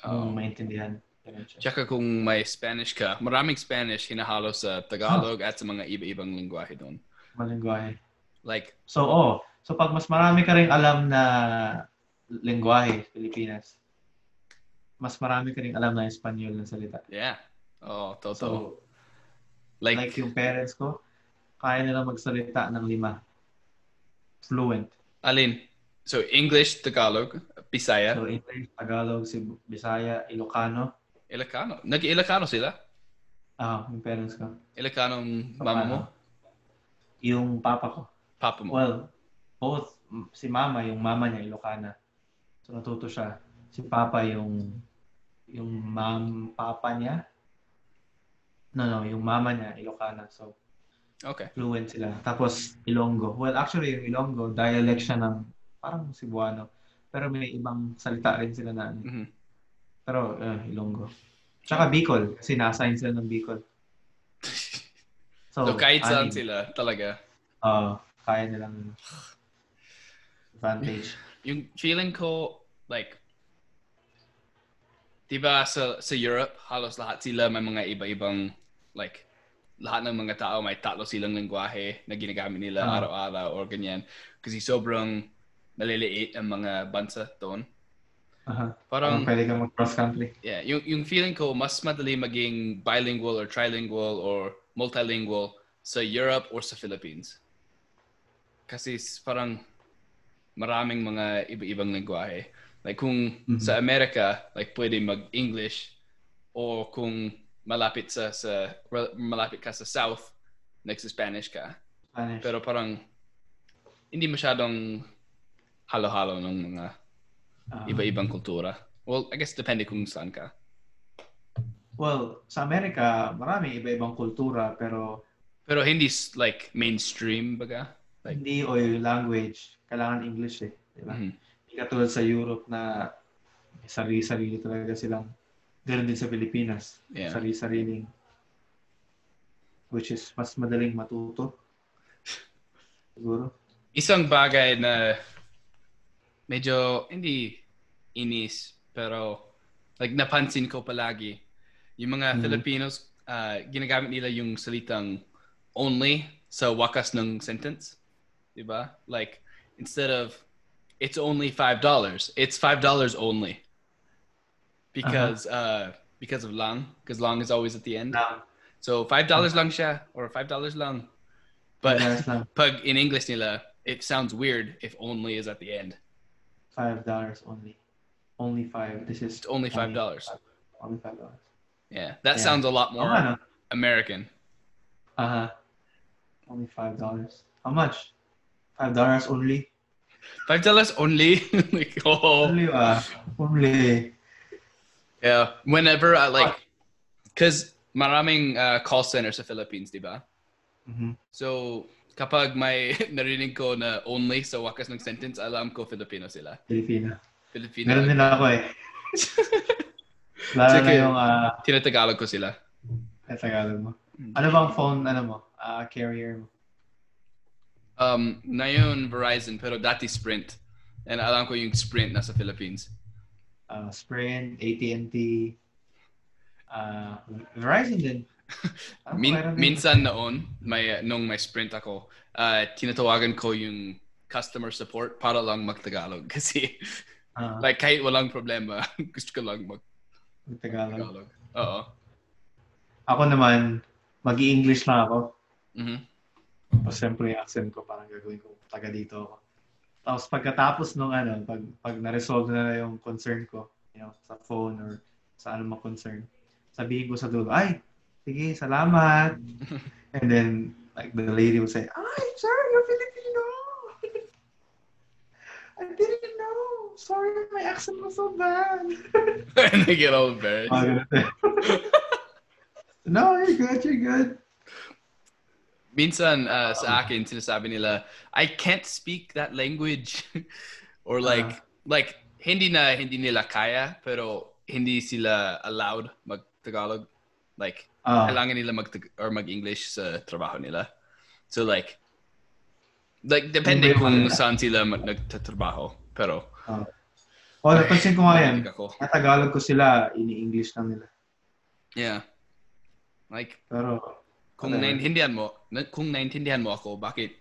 [SPEAKER 1] Oo.
[SPEAKER 2] mong maintindihan. Ganun siya.
[SPEAKER 1] Tsaka kung may Spanish ka, maraming Spanish hinahalo sa Tagalog at sa mga iba-ibang lingwahe doon.
[SPEAKER 2] Malingwahe.
[SPEAKER 1] Like,
[SPEAKER 2] So, oh. So, pag mas marami ka rin alam na lingwahe, Pilipinas, mas marami ka rin alam na Espanyol na salita.
[SPEAKER 1] Yeah. Oh, totoo.
[SPEAKER 2] So,
[SPEAKER 1] like,
[SPEAKER 2] like, yung parents ko, kaya nila magsalita ng lima. Fluent.
[SPEAKER 1] alin? So, English, Tagalog, Bisaya,
[SPEAKER 2] So, English, Tagalog, Cebu- Bisaya, Ilocano.
[SPEAKER 1] Ilocano. Nag-Ilocano sila?
[SPEAKER 2] Ah, yung parents ko.
[SPEAKER 1] Ilocano ang mama mo?
[SPEAKER 2] Yung papa ko.
[SPEAKER 1] Papa mo?
[SPEAKER 2] Well, both. M- Si mama, yung mama niya, Ilocana. So, natuto siya. Si papa, yung yung mam papa niya. No, no, yung mama niya, Ilocana. So,
[SPEAKER 1] Okay.
[SPEAKER 2] fluent sila. Tapos, Ilonggo. Well, actually, yung Ilonggo, dialect siya ng parang Cebuano. Pero may ibang salita rin sila na.
[SPEAKER 1] Mhm.
[SPEAKER 2] Pero, eh, Ilonggo. Tsaka Bicol, kasi na-assign sila ng Bicol.
[SPEAKER 1] [laughs] So, kahit saan
[SPEAKER 2] anim.
[SPEAKER 1] sila talaga.
[SPEAKER 2] Oo, kaya nilang advantage.
[SPEAKER 1] Yung feeling ko, like, di ba sa, sa Europe, halos lahat sila may mga iba-ibang, like, lahat ng mga tao may tatlo silang lingwahe na ginagamit nila
[SPEAKER 2] Ah.
[SPEAKER 1] araw-araw or ganyan. Kasi sobrang maliliit ang mga bansa doon.
[SPEAKER 2] Aha.
[SPEAKER 1] Parang,
[SPEAKER 2] pwede kang mag-cross country.
[SPEAKER 1] Yeah, yung, yung feeling ko, mas madali maging bilingual or trilingual or multilingual sa Europe or sa Philippines. Kasi s- parang maraming mga iba-ibang lingwahe. Like kung
[SPEAKER 2] Mhm.
[SPEAKER 1] sa Amerika, like pwede mag-English or kung malapit sa, sa rel- malapit ka sa South, next Spanish ka.
[SPEAKER 2] Spanish.
[SPEAKER 1] Pero parang hindi masyadong halo-halo ng mga
[SPEAKER 2] Ah.
[SPEAKER 1] iba-ibang kultura. Well, I guess depende kung saan ka.
[SPEAKER 2] Well, sa Amerika, marami iba-ibang kultura, pero
[SPEAKER 1] Pero hindi s- like mainstream baga. Like-
[SPEAKER 2] hindi o yung language, kailangan English eh. Di ba?
[SPEAKER 1] Mhm.
[SPEAKER 2] Hindi katulad sa Europe na may sarili-sarili talaga silang. Ganun din sa Pilipinas.
[SPEAKER 1] Yeah.
[SPEAKER 2] Sarili-sariling. Which is mas madaling matuto. Siguro.
[SPEAKER 1] Isang bagay na medyo hindi inis pero like napansin ko palagi yung mga
[SPEAKER 2] Mhm.
[SPEAKER 1] Filipinos ah, ginagamit nila yung salitang only sa wakas ng sentence. Di ba? Like instead of it's only $5, it's $5 only. Because uh because of lang, because lang is always at the end.
[SPEAKER 2] Lang.
[SPEAKER 1] So five dollars lang siya or five dollars lang. [laughs] But
[SPEAKER 2] Yes, lang.
[SPEAKER 1] pag in English nila, it sounds weird if only is at the end.
[SPEAKER 2] Five dollars only. Only five. This is
[SPEAKER 1] It's only five dollars.
[SPEAKER 2] Only five dollars.
[SPEAKER 1] Yeah, that
[SPEAKER 2] Yeah.
[SPEAKER 1] sounds a lot
[SPEAKER 2] Tama,
[SPEAKER 1] more
[SPEAKER 2] no?
[SPEAKER 1] American.
[SPEAKER 2] Uh-huh. Only five dollars. How much? Five dollars only.
[SPEAKER 1] Five dollars only. [laughs] like oh
[SPEAKER 2] Only uh, only.
[SPEAKER 1] yeah. Whenever I like, cause maraming uh, call center sa Philippines, di ba?
[SPEAKER 2] Mhm.
[SPEAKER 1] So kapag may [laughs] narinig ko na only sa wakas ng sentence, alam ko Filipino sila.
[SPEAKER 2] Filipina.
[SPEAKER 1] Filipino.
[SPEAKER 2] Meron din ako
[SPEAKER 1] [laughs]
[SPEAKER 2] eh. Lalo
[SPEAKER 1] Sige.
[SPEAKER 2] na yung uh, eh,
[SPEAKER 1] Tinatagalog ko sila.
[SPEAKER 2] Tagalog mo.
[SPEAKER 1] Mm.
[SPEAKER 2] Ano bang phone, ano mo? Ah, carrier mo.
[SPEAKER 1] Um, ngayon Verizon, pero dati Sprint. And alam ko yung Sprint nasa Philippines.
[SPEAKER 2] Ah, Sprint, AT&T, ah, Verizon din. Ano
[SPEAKER 1] [laughs] Min-
[SPEAKER 2] meron din?
[SPEAKER 1] minsan noon, may, nung may Sprint ako, ah, tinatawagan ko yung customer support para lang magtagalog. [laughs] Kasi
[SPEAKER 2] Ah,
[SPEAKER 1] like, kahit walang problema, [laughs] gusto ko lang
[SPEAKER 2] Tagalog.
[SPEAKER 1] magtagalog. Oo.
[SPEAKER 2] Ako naman, mag english lang ako.
[SPEAKER 1] [laughs] Mhm.
[SPEAKER 2] Tapos siyempre yung accent ko parang gagawin ko taga dito ako. Tapos pagkatapos nung ano, pag, pag na-resolve na na yung concern ko, you know, sa phone or sa ano mga concern, sabihin ko sa dulo, ay, sige, salamat. And then, like, the lady will say, ay, sir, you're Filipino. [laughs] I didn't know. Sorry, my accent was so bad.
[SPEAKER 1] And I get all embarrassed.
[SPEAKER 2] Mga ganun. [laughs] no, you're good, you're good.
[SPEAKER 1] Minsan ah, sa akin, sinasabi nila, I can't speak that language. [laughs] Or like,
[SPEAKER 2] Ah.
[SPEAKER 1] like, hindi na hindi nila kaya, pero hindi sila allowed mag-Tagalog. Like,
[SPEAKER 2] Ah,
[SPEAKER 1] kailangan nila mag or mag-English sa trabaho nila. So like like depende
[SPEAKER 2] Yung iba
[SPEAKER 1] kung
[SPEAKER 2] nila.
[SPEAKER 1] saan sila mag- nagtatrabaho pero
[SPEAKER 2] oh, napansin ko nga yan.
[SPEAKER 1] narinig ako.
[SPEAKER 2] Sa Tagalog ko sila, ini-English lang nila.
[SPEAKER 1] Yeah. Like
[SPEAKER 2] Pero,
[SPEAKER 1] kung
[SPEAKER 2] Whatever.
[SPEAKER 1] naintindihan mo na, kung naintindihan mo ako bakit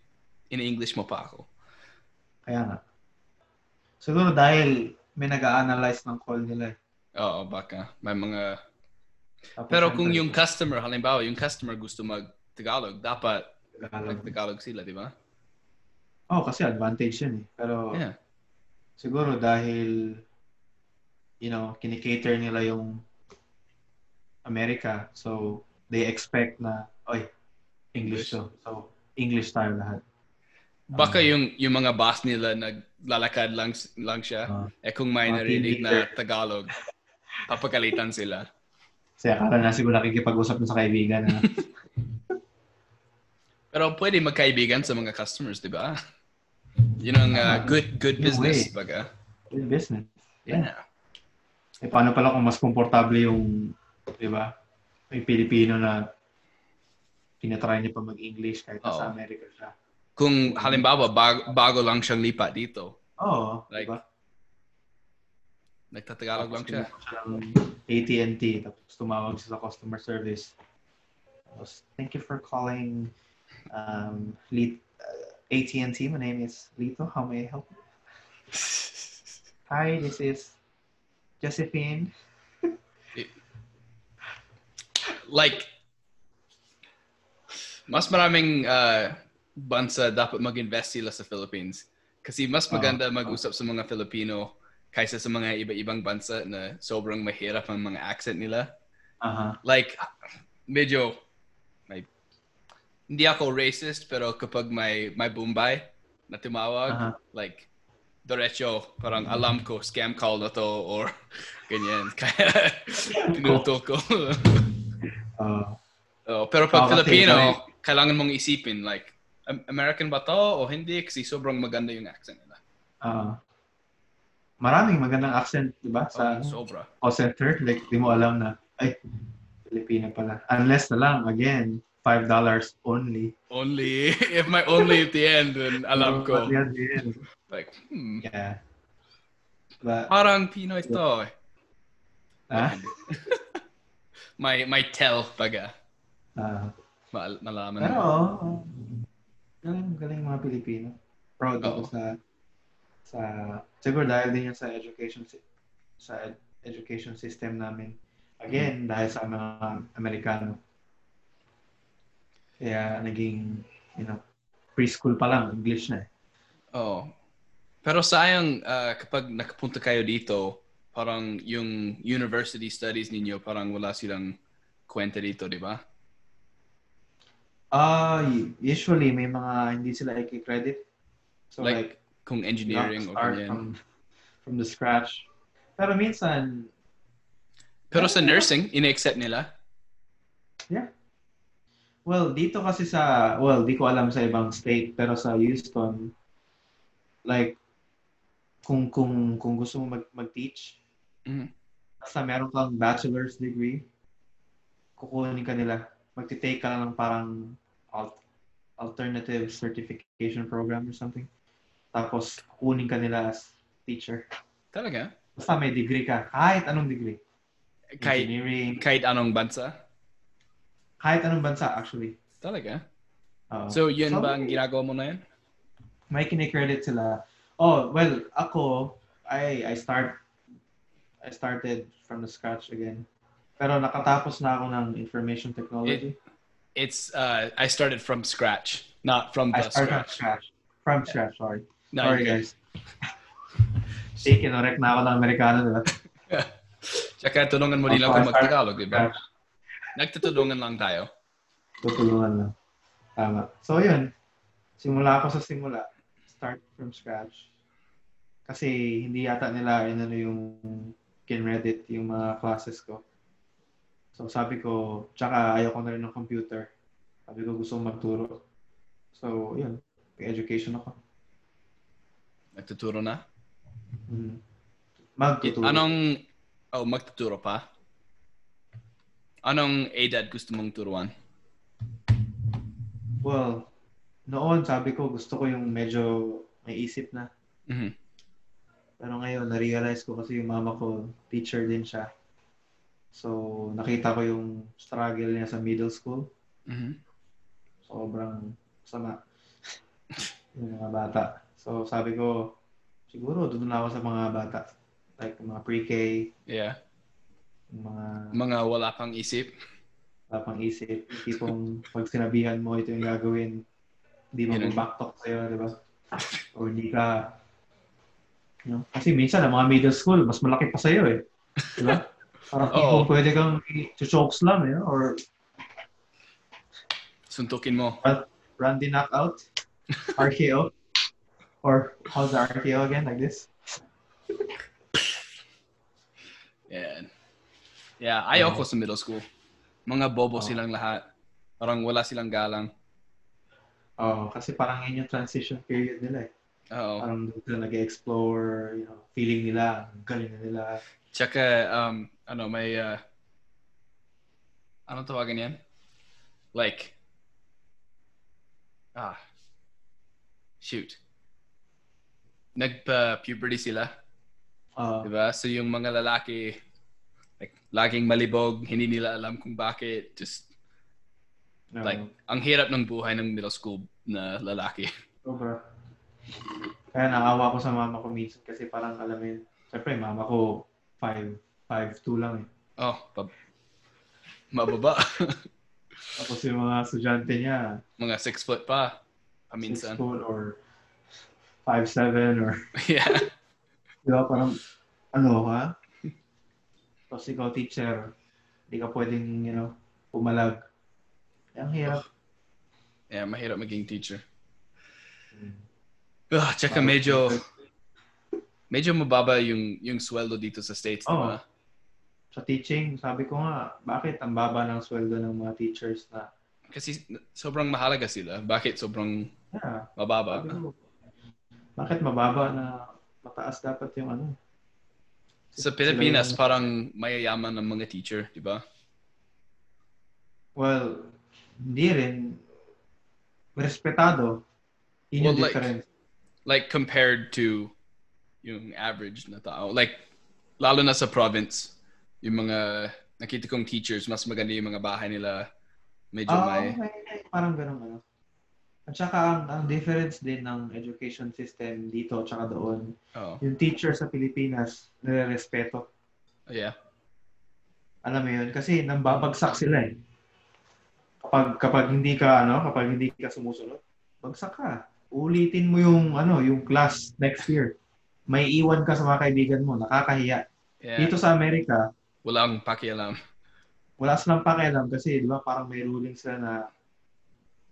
[SPEAKER 1] in-English mo pa ako?
[SPEAKER 2] kaya nga. Siguro dahil may nag-a-analyze ng call nila. eh.
[SPEAKER 1] Oo, baka. May mga...
[SPEAKER 2] Tapos,
[SPEAKER 1] Pero kung
[SPEAKER 2] syempre,
[SPEAKER 1] yung customer, halimbawa, yung customer gusto mag-Tagalog, dapat
[SPEAKER 2] Tagalog.
[SPEAKER 1] nag-Tagalog sila, di ba?
[SPEAKER 2] Oh, kasi advantage yun eh. Pero
[SPEAKER 1] Yeah.
[SPEAKER 2] siguro dahil you know, kinikater nila yung Amerika. So they expect na oy, English to. So English tayo lahat. Ah.
[SPEAKER 1] Baka yung, yung mga boss nila naglalakad lang, lang siya.
[SPEAKER 2] Ah.
[SPEAKER 1] eh kung may
[SPEAKER 2] Mga
[SPEAKER 1] narinig
[SPEAKER 2] team
[SPEAKER 1] na
[SPEAKER 2] leader.
[SPEAKER 1] Tagalog, papagalitan sila.
[SPEAKER 2] Kasi akala na siguro nakikipag-usap na sa kaibigan na [laughs]
[SPEAKER 1] Pero pwede magkaibigan sa mga customers, di ba? Yun ang uh, good good
[SPEAKER 2] Yung
[SPEAKER 1] business,
[SPEAKER 2] way.
[SPEAKER 1] baga.
[SPEAKER 2] "Good business.
[SPEAKER 1] Yeah.
[SPEAKER 2] Eh, paano pala kung mas komportable yung, di ba, yung Pilipino na tinatry niya pa mag-English kahit nasa
[SPEAKER 1] Oo.
[SPEAKER 2] Amerika siya.
[SPEAKER 1] Kung halimbawa, bago, bago lang siyang lipat dito,
[SPEAKER 2] Oo,
[SPEAKER 1] Like,
[SPEAKER 2] di ba?
[SPEAKER 1] nagtatagalog lang siya.
[SPEAKER 2] Tapos tinawag siya ng AT&T, tapos tumawag siya sa customer service. Tapos, thank you for calling um, Lit- uh, AT&T. My name is Lito. How may I help you? Hi, this is Josephine.
[SPEAKER 1] Like, mas maraming uh, bansa dapat mag-invest sila sa Philippines. Kasi mas maganda
[SPEAKER 2] Oo.
[SPEAKER 1] mag-usap sa mga Filipino kaysa sa mga iba-ibang bansa na sobrang mahirap ang mga accent nila.
[SPEAKER 2] Aha.
[SPEAKER 1] like medyo may hindi ako racist pero kapag may may Bombay na tumawag
[SPEAKER 2] Aha.
[SPEAKER 1] like diretso parang alam ko scam call na to or [laughs] ganyan [laughs] kaya tinuto ko [laughs]
[SPEAKER 2] Uh,
[SPEAKER 1] oh, pero pag
[SPEAKER 2] Bawat
[SPEAKER 1] Filipino kailangan mong isipin like Am- American ba to o hindi kasi sobrang maganda yung accent nila
[SPEAKER 2] uh, maraming magandang accent, di ba?
[SPEAKER 1] oh,
[SPEAKER 2] Sa,
[SPEAKER 1] sobra
[SPEAKER 2] call center, like, di mo alam na, ay, Pilipina pala. Unless na lang, again, $5 only.
[SPEAKER 1] only [laughs] if my only at the end then alam ko
[SPEAKER 2] Yan, yan.
[SPEAKER 1] like hmm,
[SPEAKER 2] Yeah. But,
[SPEAKER 1] parang Pinoy to eh.
[SPEAKER 2] ah,
[SPEAKER 1] may may tell baga
[SPEAKER 2] ah,
[SPEAKER 1] Mal- malaman.
[SPEAKER 2] pero,
[SPEAKER 1] mo.
[SPEAKER 2] oo, galing, galing mga Pilipino. Proud ako
[SPEAKER 1] Oo.
[SPEAKER 2] sa, sa, siguro dahil din yan sa education, si- sa ed- education system namin. Again,
[SPEAKER 1] Mm-hmm.
[SPEAKER 2] dahil sa mga Amerikano. Kaya, naging, you know, preschool pa lang, English na eh.
[SPEAKER 1] Oo. Oh. Pero sayang ah, kapag nakapunta kayo dito, parang yung university studies ninyo, parang wala silang kwenta dito, di ba?
[SPEAKER 2] Ah, y- usually may mga hindi sila i-credit. So like,
[SPEAKER 1] Like, kung
[SPEAKER 2] you have to
[SPEAKER 1] engineering o
[SPEAKER 2] start
[SPEAKER 1] ganyan.
[SPEAKER 2] from from the scratch. Pero minsan,
[SPEAKER 1] Pero sa nursing, ina-accept nila.
[SPEAKER 2] well, dito kasi sa, well, di ko alam sa ibang state, pero sa Houston, like, kung kung kung gusto mo mag mag-teach,
[SPEAKER 1] Mhm.
[SPEAKER 2] basta meron kang bachelor's degree, kukunin ka nila. Magti-take ka lang ng parang al- alternative certification program or something. Tapos, kukunin ka nila as teacher.
[SPEAKER 1] Talaga?
[SPEAKER 2] Basta may degree ka. Kahit anong degree.
[SPEAKER 1] Kahit,
[SPEAKER 2] Engineering.
[SPEAKER 1] kahit anong bansa?
[SPEAKER 2] Kahit anong bansa, actually.
[SPEAKER 1] Talaga?
[SPEAKER 2] Oo.
[SPEAKER 1] So, yun
[SPEAKER 2] So,
[SPEAKER 1] ba ang ginagawa mo na yun?
[SPEAKER 2] may kinikredit sila. Oh, well, ako, I, I start, I started from the scratch again. Pero nakatapos na ako ng information technology.
[SPEAKER 1] Eh, It's, uh, I started from scratch, not from
[SPEAKER 2] I
[SPEAKER 1] the
[SPEAKER 2] started from
[SPEAKER 1] scratch.
[SPEAKER 2] scratch. From scratch, sorry.
[SPEAKER 1] No,
[SPEAKER 2] sorry,
[SPEAKER 1] you're good.
[SPEAKER 2] guys. [laughs] Sige, kinorek na ako ng Amerikano, diba?
[SPEAKER 1] Tsaka tulungan mo din lang
[SPEAKER 2] Ako,
[SPEAKER 1] kung
[SPEAKER 2] I started
[SPEAKER 1] mag-Tagalog, di ba?
[SPEAKER 2] Scratch.
[SPEAKER 1] Nagtutulungan lang tayo.
[SPEAKER 2] Tutulungan lang. Tama. So, yun. Simula ako sa simula. Start from scratch. Kasi hindi yata nila inano yung kinredit yung mga classes ko. So, sabi ko, tsaka ayoko na rin ng computer. Sabi ko, gusto kong magturo. So, yun. Education ako.
[SPEAKER 1] Nagtuturo na?
[SPEAKER 2] Mhm. Magtuturo.
[SPEAKER 1] Anong, oh, magtuturo pa? Anong edad gusto mong turuan?
[SPEAKER 2] Well, noon sabi ko, gusto ko yung medyo may isip na.
[SPEAKER 1] Mhm.
[SPEAKER 2] Pero ngayon, na-realize ko kasi yung mama ko, teacher din siya. So, nakita ko yung struggle niya sa middle school.
[SPEAKER 1] Mhm.
[SPEAKER 2] Sobrang sama [laughs] yung mga bata. So, sabi ko, siguro doon na ako sa mga bata. Like, mga pre-K,
[SPEAKER 1] Yeah.
[SPEAKER 2] Yung mga
[SPEAKER 1] Mga wala pang isip.
[SPEAKER 2] wala pang isip. Yung Tipong pag sinabihan mo ito yung gagawin, hindi mo
[SPEAKER 1] Ganun.
[SPEAKER 2] mag-backtalk sa'yo, di ba? Or hindi ka... You know? Kasi minsan, ang mga middle school, mas malaki pa sa'yo eh. Di ba?
[SPEAKER 1] [laughs]
[SPEAKER 2] Parang
[SPEAKER 1] Oo.
[SPEAKER 2] tipong pwede kang i-choke slam, you know? or
[SPEAKER 1] Suntukin mo.
[SPEAKER 2] Randy
[SPEAKER 1] [laughs]
[SPEAKER 2] knockout, RKO, or how's the RKO again, like this?
[SPEAKER 1] Yeah. Yeah, ayoko sa middle school. Mga bobo
[SPEAKER 2] Oo.
[SPEAKER 1] silang lahat. Parang wala silang galang.
[SPEAKER 2] Oh, kasi parang yun yung transition period nila eh.
[SPEAKER 1] Oo.
[SPEAKER 2] Parang doon sila nag-explore, you know, feeling nila, ang galing na nila.
[SPEAKER 1] Tsaka, um, ano, may, uh, ano tawagan yan? Like, ah, shoot. Nagpa-puberty sila,
[SPEAKER 2] Uh,
[SPEAKER 1] di ba? So yung mga lalaki, like, laging malibog, hindi nila alam kung bakit. Just,
[SPEAKER 2] no,
[SPEAKER 1] like, ang hirap ng buhay ng middle school na lalaki. [laughs]
[SPEAKER 2] sobra. Kaya naawa ko sa mama ko minsan kasi parang alam mo yun, syempre mama ko 5, 5'2 lang eh.
[SPEAKER 1] Oh, pab- mababa. [laughs]
[SPEAKER 2] Tapos yung mga estudyante niya,
[SPEAKER 1] mga six foot pa,
[SPEAKER 2] 6
[SPEAKER 1] paminsan.
[SPEAKER 2] foot or 5'7 or
[SPEAKER 1] [laughs] yeah.
[SPEAKER 2] Di ba? Parang, ano ka? Tapos ikaw, teacher, hindi ka pwedeng, you know, pumalag. Eh, Ang hirap.
[SPEAKER 1] Yeah, mahirap maging teacher.
[SPEAKER 2] Mm.
[SPEAKER 1] Ah, tsaka
[SPEAKER 2] Parang-
[SPEAKER 1] medyo, medyo mababa yung, yung sweldo dito sa States, di
[SPEAKER 2] Oh.
[SPEAKER 1] ba?
[SPEAKER 2] Sa teaching, sabi ko nga, bakit ang baba ng sweldo ng mga teachers na,
[SPEAKER 1] Kasi sobrang mahalaga sila. Bakit sobrang
[SPEAKER 2] yeah,
[SPEAKER 1] mababa?
[SPEAKER 2] sabi ko, bakit mababa na mataas dapat yung ano?
[SPEAKER 1] Sa
[SPEAKER 2] Sila
[SPEAKER 1] Pilipinas,
[SPEAKER 2] yung-
[SPEAKER 1] parang mayayaman ng mga teacher, di ba?
[SPEAKER 2] well, hindi rin. Respetado. Yun yung
[SPEAKER 1] Well, like-
[SPEAKER 2] difference.
[SPEAKER 1] Like, compared to yung average na tao. Like, lalo na sa province, yung mga nakita kong teachers, mas maganda yung mga bahay nila. Medyo
[SPEAKER 2] Oo,
[SPEAKER 1] may...
[SPEAKER 2] may, may Ah, parang ganun ano. At saka ang, ang difference din ng education system dito at saka doon,
[SPEAKER 1] Oh,
[SPEAKER 2] yung teacher sa Pilipinas, nire-respeto.
[SPEAKER 1] yeah.
[SPEAKER 2] Alam mo yun? Kasi nambabagsak sila eh. Kapag, kapag hindi ka, ano, kapag hindi ka sumusunod, bagsak ka. Ulitin mo yung, ano, yung class next year. May iwan ka sa mga kaibigan mo, nakakahiya.
[SPEAKER 1] yeah.
[SPEAKER 2] Dito sa Amerika,
[SPEAKER 1] Wala akong pakialam.
[SPEAKER 2] wala silang pakialam kasi, di ba, parang may ruling sila na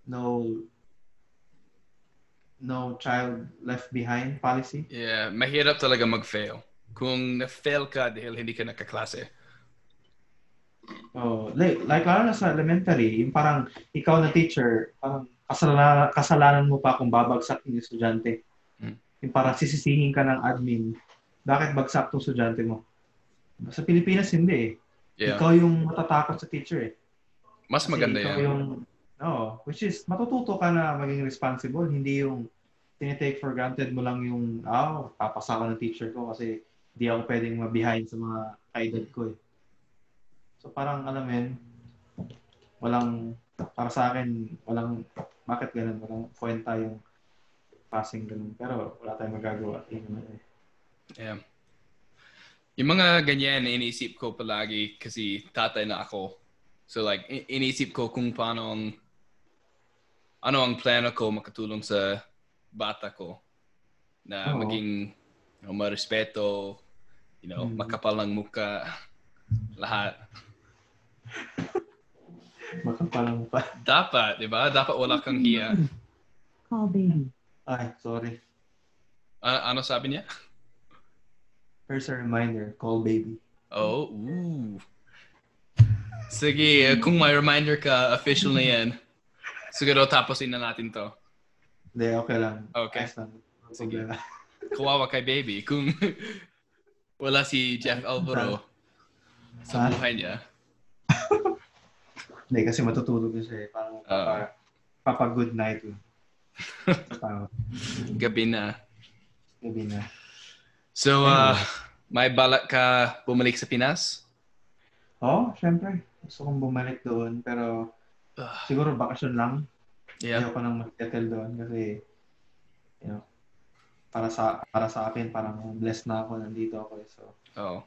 [SPEAKER 2] no no child left behind policy.
[SPEAKER 1] Yeah, mahirap talaga mag-fail. Kung na-fail ka dahil hindi ka nakaklase.
[SPEAKER 2] Oh, like, like lalo na sa elementary, yung parang ikaw na teacher, parang kasalanan, kasalanan mo pa kung babagsak yung estudyante.
[SPEAKER 1] Hmm.
[SPEAKER 2] Yung parang sisisihin ka ng admin, bakit bagsak tong estudyante mo? Sa Pilipinas, hindi eh.
[SPEAKER 1] Yeah.
[SPEAKER 2] Ikaw yung matatakot sa teacher eh.
[SPEAKER 1] Mas
[SPEAKER 2] Kasi
[SPEAKER 1] maganda
[SPEAKER 2] ikaw
[SPEAKER 1] yan.
[SPEAKER 2] yung, no, which is, matututo ka na maging responsible, hindi yung tinitake for granted mo lang yung, ah, papasa ko ng teacher ko kasi di ako pwedeng mabihind sa mga kaedad ko eh. So parang, alam mo yun, walang, para sa akin, walang, bakit ganun, walang point tayong passing ganun. Pero wala tayong magagawa. Yun naman eh.
[SPEAKER 1] Yeah. Yung mga ganyan, iniisip ko palagi kasi tatay na ako. So like, i- iniisip ko kung paano ang, ano ang plano ko makatulong sa bata ko na
[SPEAKER 2] Oo.
[SPEAKER 1] maging you know, marespeto, you know,
[SPEAKER 2] Mm.
[SPEAKER 1] makapal ng muka, lahat.
[SPEAKER 2] Makapalang pa.
[SPEAKER 1] Dapat, di ba? Dapat wala kang hiya.
[SPEAKER 3] Call baby.
[SPEAKER 2] Ay, sorry.
[SPEAKER 1] A- ano sabi niya?
[SPEAKER 2] Here's a reminder, call baby.
[SPEAKER 1] Oh, ooh. Sige, kung may reminder ka, official na yan. Siguro tapusin na natin to.
[SPEAKER 2] Hindi, okay lang.
[SPEAKER 1] Okay.
[SPEAKER 2] Ayos lang. Walang
[SPEAKER 1] Sige.
[SPEAKER 2] problema.
[SPEAKER 1] Kawawa kay baby. Kung [laughs] wala si Jeff Alvaro sa
[SPEAKER 2] Ah.
[SPEAKER 1] buhay niya.
[SPEAKER 2] Hindi, kasi matutulog na siya eh. Parang papa, papa good night lang. Sa tao.
[SPEAKER 1] Gabi na.
[SPEAKER 2] Gabi na.
[SPEAKER 1] So, uh, may balak ka bumalik sa Pinas?
[SPEAKER 2] Oo, oh, syempre. Gusto kong bumalik doon. Pero
[SPEAKER 1] Ugh,
[SPEAKER 2] siguro bakasyon lang.
[SPEAKER 1] yeah.
[SPEAKER 2] Ayoko nang mag-settle doon kasi, you know, para sa para sa akin, parang blessed na ako nandito ako. eh. So,
[SPEAKER 1] Oh.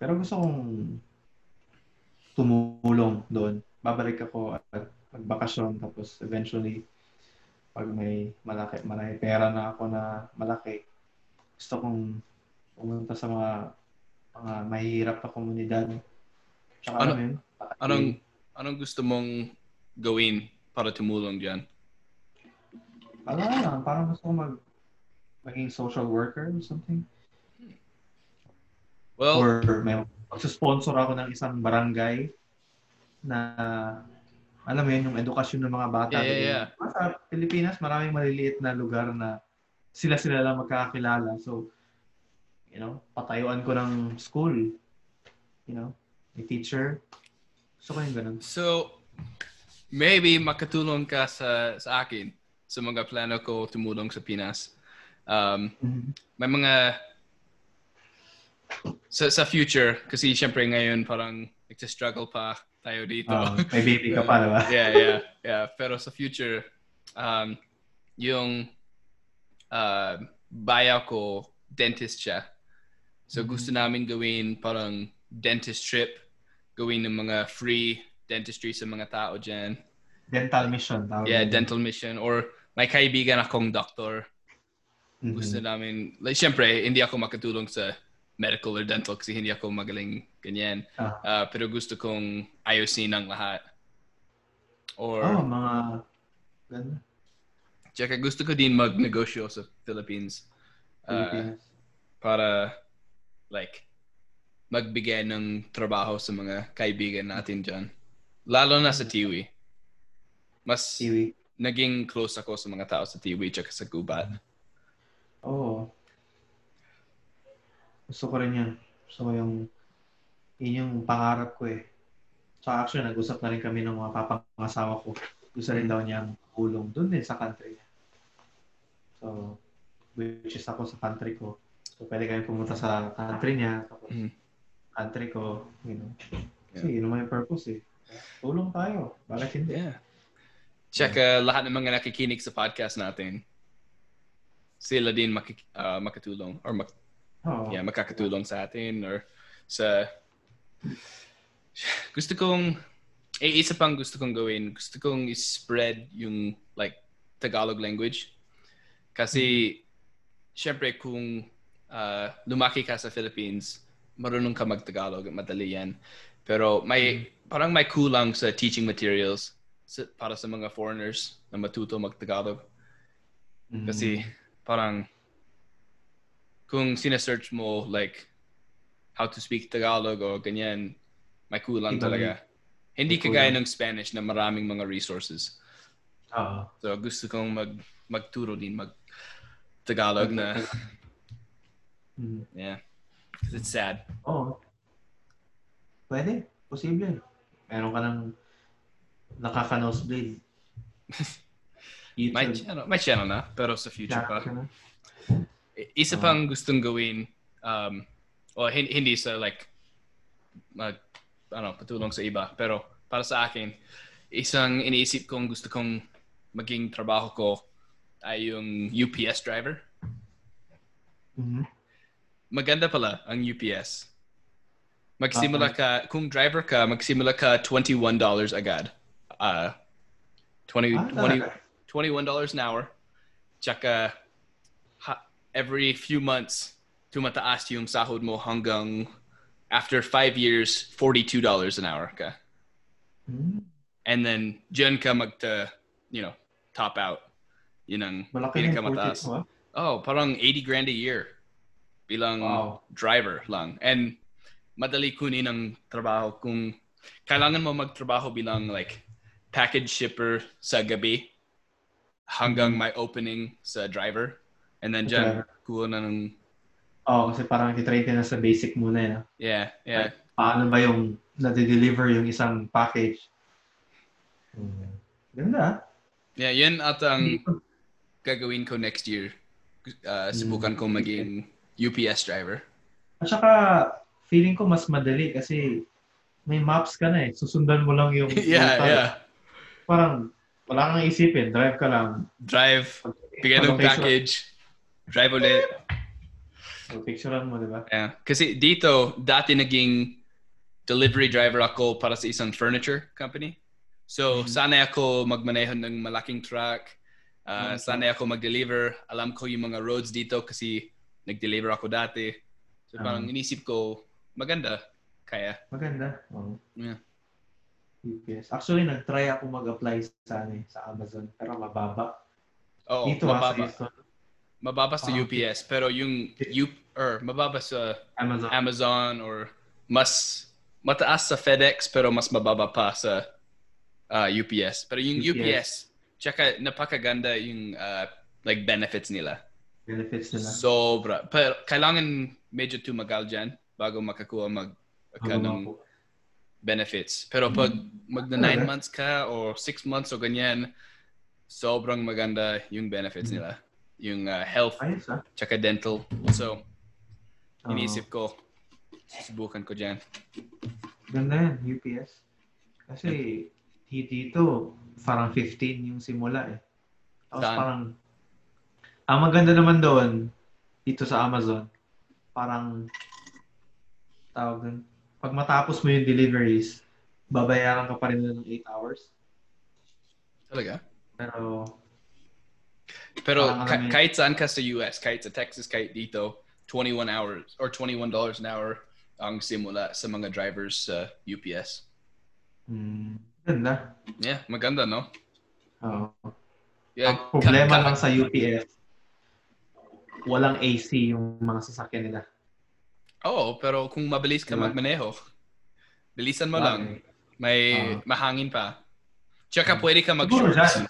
[SPEAKER 2] Pero gusto kong tumulong doon. Babalik ako at magbakasyon tapos eventually pag may malaki, malaki pera na ako na malaki, gusto kong pumunta sa mga mga mahirap na komunidad. Tsaka
[SPEAKER 1] Ano-
[SPEAKER 2] ano, yun?
[SPEAKER 1] Anong, anong gusto mong gawin para tumulong dyan?
[SPEAKER 2] Wala lang. Parang gusto kong mag, maging social worker or something.
[SPEAKER 1] Well,
[SPEAKER 2] Or may sponsor ako ng isang barangay na alam mo yun, yung edukasyon ng mga bata. Diba
[SPEAKER 1] Yeah, yeah, yeah.
[SPEAKER 2] Sa Pilipinas, maraming maliliit na lugar na sila-sila lang magkakakilala. So, you know, patayuan ko ng school. You know, may teacher. Gusto ko yung ganun.
[SPEAKER 1] so maybe makatulong ka sa, sa akin sa mga plano ko tumulong sa Pinas. Um, may mga sa, sa future kasi syempre ngayon parang nagsistruggle pa tayo dito.
[SPEAKER 2] Ah, may baby ka pa, diba?
[SPEAKER 1] [laughs] yeah, yeah, yeah. Pero sa future, um, yung uh, baya ko, dentist siya. So
[SPEAKER 2] Mhm.
[SPEAKER 1] gusto namin gawin parang dentist trip, gawin ng mga free dentistry sa mga tao dyan.
[SPEAKER 2] Dental mission. Tawag
[SPEAKER 1] Yeah,
[SPEAKER 2] yun.
[SPEAKER 1] dental mission. Or may kaibigan akong doctor
[SPEAKER 2] Mhm.
[SPEAKER 1] gusto namin, like, syempre, hindi ako makatulong sa medical or dental kasi hindi ako magaling ganyan.
[SPEAKER 2] Ah.
[SPEAKER 1] Ah, pero gusto kong ayusin ang lahat. Or,
[SPEAKER 2] Oh, mga... Ganun.
[SPEAKER 1] tsaka gusto ko din magnegosyo sa Philippines ah,
[SPEAKER 2] Philippines.
[SPEAKER 1] para, like, magbigay ng trabaho sa mga kaibigan natin dyan. Lalo na sa Tiwi. Mas
[SPEAKER 2] Tiwi.
[SPEAKER 1] naging close ako sa mga tao sa Tiwi tsaka sa Gubat.
[SPEAKER 2] Oo. Gusto ko rin yun. Gusto ko yung, yun yung pangarap ko eh. So actually, nag-usap na rin kami ng mga papangasawa ko. Gusto rin daw niyang hulong doon din sa country niya. So, which is ako sa country ko. So, pwede kami pumunta sa country niya. Tapos,
[SPEAKER 1] Mhm.
[SPEAKER 2] country ko, you know. Kasi yun naman yung purpose eh. Tulong tayo. Bakit hindi?
[SPEAKER 1] Yeah. Tsaka uh, lahat ng mga nakikinig sa podcast natin, sila din makik- ah, makatulong or mak-
[SPEAKER 2] Oo.
[SPEAKER 1] yeah, makakatulong sa atin or sa [sighs] gusto kong eh, isa pang gusto kong gawin, gusto kong spread yung like Tagalog language. Kasi syempre kung ah, lumaki ka sa Philippines, marunong ka mag-Tagalog, madali yan. Pero may parang may kulang sa teaching materials sa- para sa mga foreigners na matuto mag-Tagalog.
[SPEAKER 2] Mm.
[SPEAKER 1] Kasi parang kung sinesearch mo like how to speak Tagalog o ganyan, may kulang
[SPEAKER 2] Iba
[SPEAKER 1] talaga. Hindi
[SPEAKER 2] May
[SPEAKER 1] kagaya
[SPEAKER 2] kulang.
[SPEAKER 1] ng Spanish na maraming mga resources.
[SPEAKER 2] Oo.
[SPEAKER 1] So gusto kong mag magturo din mag Tagalog
[SPEAKER 2] [laughs]
[SPEAKER 1] na.
[SPEAKER 2] Mm.
[SPEAKER 1] Yeah. 'Cause It's sad.
[SPEAKER 2] Oo. Pwede. Posible. Meron ka ng
[SPEAKER 1] [laughs]
[SPEAKER 2] nakaka-nosebleed. YouTube.
[SPEAKER 1] May channel, may channel na pero sa future
[SPEAKER 2] Channel
[SPEAKER 1] pa.
[SPEAKER 2] ka na.
[SPEAKER 1] I- isa
[SPEAKER 2] Ah.
[SPEAKER 1] pang gustong gawin um o hin- hindi sa like mag ano patulong sa iba pero para sa akin isang iniisip kong gusto kong maging trabaho ko ay yung UPS driver
[SPEAKER 2] Mhm.
[SPEAKER 1] maganda pala ang UPS magsimula
[SPEAKER 2] Ah,
[SPEAKER 1] ka kung driver ka magsimula ka $21 agad ah 20
[SPEAKER 2] Ah,
[SPEAKER 1] 20
[SPEAKER 2] talaga.
[SPEAKER 1] twenty-one dollars an hour. Tsaka ha, every few months, tumataas yung sahod mo hanggang after five years, forty-two dollars an hour ka.
[SPEAKER 2] Mm.
[SPEAKER 1] And then dyan ka magta, you know, top out. Yun ang
[SPEAKER 2] Malaki na yung
[SPEAKER 1] pinakamataas.
[SPEAKER 2] fortune mo, ah.
[SPEAKER 1] Oh, parang 80 grand a year bilang
[SPEAKER 2] Wow.
[SPEAKER 1] driver lang. And madali kunin ang trabaho kung kailangan mo magtrabaho bilang like package shipper sa gabi hanggang may opening sa driver. And then dyan, kuha na ng...
[SPEAKER 2] Oo, kasi parang kitry ka na sa basic muna yun. ah.
[SPEAKER 1] Yeah, yeah.
[SPEAKER 2] Paano ba yung nade-deliver yung isang package? Mm. Ganda ah.
[SPEAKER 1] Yeah, yun at ang gagawin ko next year. Uh, subukan ko maging UPS driver. [laughs]
[SPEAKER 2] At saka, feeling ko mas madali kasi may maps ka na eh. Susundan mo lang yung
[SPEAKER 1] [laughs] yeah,
[SPEAKER 2] ruta.
[SPEAKER 1] yeah.
[SPEAKER 2] Parang wala kang isipin. Drive ka lang.
[SPEAKER 1] Drive, bigay ng
[SPEAKER 2] Location.
[SPEAKER 1] package, drive ulit.
[SPEAKER 2] So, picturean oh, mo, di ba?
[SPEAKER 1] Yeah. Kasi dito, dati naging delivery driver ako para sa isang furniture company. So,
[SPEAKER 2] Mhm.
[SPEAKER 1] sanay ako magmaneho ng malaking truck. Uh,
[SPEAKER 2] Okay.
[SPEAKER 1] Sanay ako mag-deliver. Alam ko yung mga roads dito kasi nag-deliver ako dati. So, parang
[SPEAKER 2] Um.
[SPEAKER 1] inisip ko, maganda. Kaya.
[SPEAKER 2] Maganda. Oo.
[SPEAKER 1] Yeah.
[SPEAKER 2] GPS. Actually, nag-try ako mag-apply sa, ano, eh, sa Amazon, pero mababa.
[SPEAKER 1] Oo,
[SPEAKER 2] Dito
[SPEAKER 1] Oh,
[SPEAKER 2] ha, sa
[SPEAKER 1] mababa.
[SPEAKER 2] Houston,
[SPEAKER 1] Mababa sa
[SPEAKER 2] Ah.
[SPEAKER 1] UPS. Pero yung, U, or mababa sa
[SPEAKER 2] Amazon.
[SPEAKER 1] Amazon or mas mataas sa FedEx pero mas mababa pa sa uh, UPS. Pero yung
[SPEAKER 2] UPS.
[SPEAKER 1] UPS, tsaka napakaganda yung uh, like benefits nila.
[SPEAKER 2] benefits nila.
[SPEAKER 1] Sobra. Pero kailangan medyo tumagal dyan bago makakuha mag ka ng
[SPEAKER 2] Bago
[SPEAKER 1] benefits. Pero pag magna 9
[SPEAKER 2] Talaga?
[SPEAKER 1] months ka or 6 months o ganyan, sobrang maganda yung benefits
[SPEAKER 2] Mm.
[SPEAKER 1] nila. Yung uh, health,
[SPEAKER 2] ako- Ayos ah.
[SPEAKER 1] tsaka dental. So,
[SPEAKER 2] Oo.
[SPEAKER 1] inisip ko, susubukan ko dyan.
[SPEAKER 2] Ganda yan, UPS. Kasi di- dito, parang 15 yung simula eh. Tapos
[SPEAKER 1] Saan?
[SPEAKER 2] parang, ang maganda naman doon, dito sa Amazon, parang, tawag doon, pag matapos mo yung deliveries, babayaran ka pa rin ng 8 hours.
[SPEAKER 1] Talaga?
[SPEAKER 2] Pero,
[SPEAKER 1] Pero
[SPEAKER 2] Parang
[SPEAKER 1] ka-
[SPEAKER 2] alam mo yun.
[SPEAKER 1] kahit saan ka sa US, kahit sa Texas, kahit dito, 21 hours or 21 dollars an hour ang simula sa mga drivers sa UPS.
[SPEAKER 2] hmm, ganda.
[SPEAKER 1] Yeah, maganda, no?
[SPEAKER 2] Oo.
[SPEAKER 1] Yeah,
[SPEAKER 2] ang problema
[SPEAKER 1] ka- ka-
[SPEAKER 2] lang sa UPS, walang AC yung mga sasakyan nila.
[SPEAKER 1] Oo, pero kung mabilis ka
[SPEAKER 2] Diba?
[SPEAKER 1] magmaneho, bilisan mo lang. May
[SPEAKER 2] Ah.
[SPEAKER 1] mahangin pa. Tsaka
[SPEAKER 2] Mm.
[SPEAKER 1] pwede ka
[SPEAKER 2] Siguro
[SPEAKER 1] mag-shorts.
[SPEAKER 2] dyan.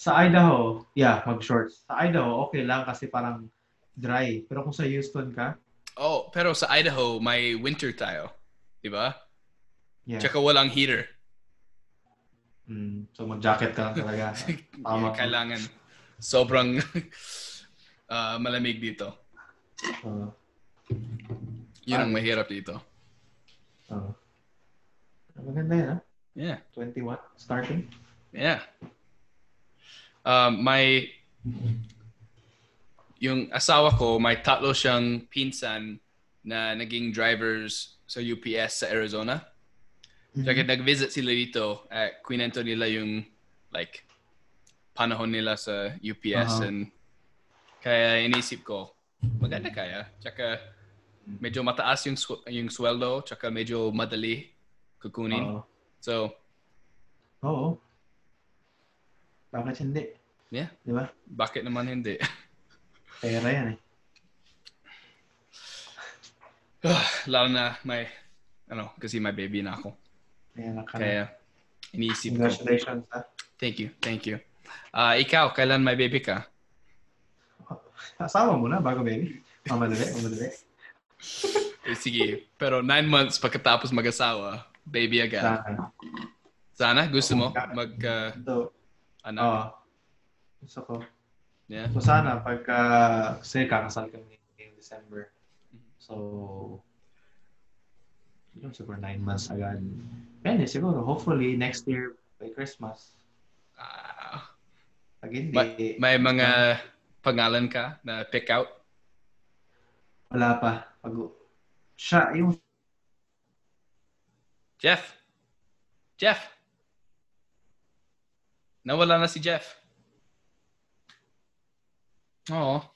[SPEAKER 2] Sa Idaho, yeah, mag-shorts. Sa Idaho, okay lang kasi parang dry. Pero kung sa Houston ka,
[SPEAKER 1] Oh, pero sa Idaho, may winter tayo. Di ba?
[SPEAKER 2] yeah.
[SPEAKER 1] Tsaka walang heater.
[SPEAKER 2] Mm, so mag-jacket ka lang
[SPEAKER 1] [laughs]
[SPEAKER 2] talaga.
[SPEAKER 1] Yeah,
[SPEAKER 2] Tama.
[SPEAKER 1] kailangan. Sobrang [laughs] ah, malamig dito.
[SPEAKER 2] So,
[SPEAKER 1] Yun ang
[SPEAKER 2] Ah.
[SPEAKER 1] mahirap dito.
[SPEAKER 2] so. Maganda yan, ha?
[SPEAKER 1] Yeah.
[SPEAKER 2] 21 starting.
[SPEAKER 1] Yeah. Um, may yung asawa ko, may tatlo siyang pinsan na naging drivers sa UPS sa Arizona.
[SPEAKER 2] Mm-hmm.
[SPEAKER 1] Kaya nag-visit sila dito, at kwento nila yung like panahon nila sa UPS
[SPEAKER 2] Uh-huh.
[SPEAKER 1] and kaya inisip ko, maganda kaya. Tsaka medyo mataas yung sw- yung sweldo, tsaka medyo madali kukunin.
[SPEAKER 2] Mm-hmm. Oo.
[SPEAKER 1] So,
[SPEAKER 2] Oo. Bakit hindi?
[SPEAKER 1] Yeah.
[SPEAKER 2] Di ba?
[SPEAKER 1] bakit naman hindi?
[SPEAKER 2] Pera yan, eh.
[SPEAKER 1] Lalo na may, ano, kasi may baby na ako.
[SPEAKER 2] Pera ka na.
[SPEAKER 1] Kaya, iniisip
[SPEAKER 2] Ano?
[SPEAKER 1] ko.
[SPEAKER 2] Congratulations, ah. ha?
[SPEAKER 1] Thank you, thank you. Ah, ikaw, kailan may baby ka?
[SPEAKER 2] Asawa mo na, bago baby. Mamadali, mamadali.
[SPEAKER 1] Eh, sige, pero nine months pagkatapos mag-asawa, baby agad.
[SPEAKER 2] Sana.
[SPEAKER 1] Sana, gusto mo ah, mag-anak?
[SPEAKER 2] So, oo. Gusto ko.
[SPEAKER 1] yeah.
[SPEAKER 2] So sana pagka kasi kakasal kami ngayong December. So yun siguro nine months agad. Pwede siguro. Hopefully next year by Christmas.
[SPEAKER 1] Ah,
[SPEAKER 2] Pag hindi,
[SPEAKER 1] may mga pangalan ka na pick out?
[SPEAKER 2] wala pa. Pag, siya, yung
[SPEAKER 1] Jeff! Jeff! Nawala na si Jeff. Oo.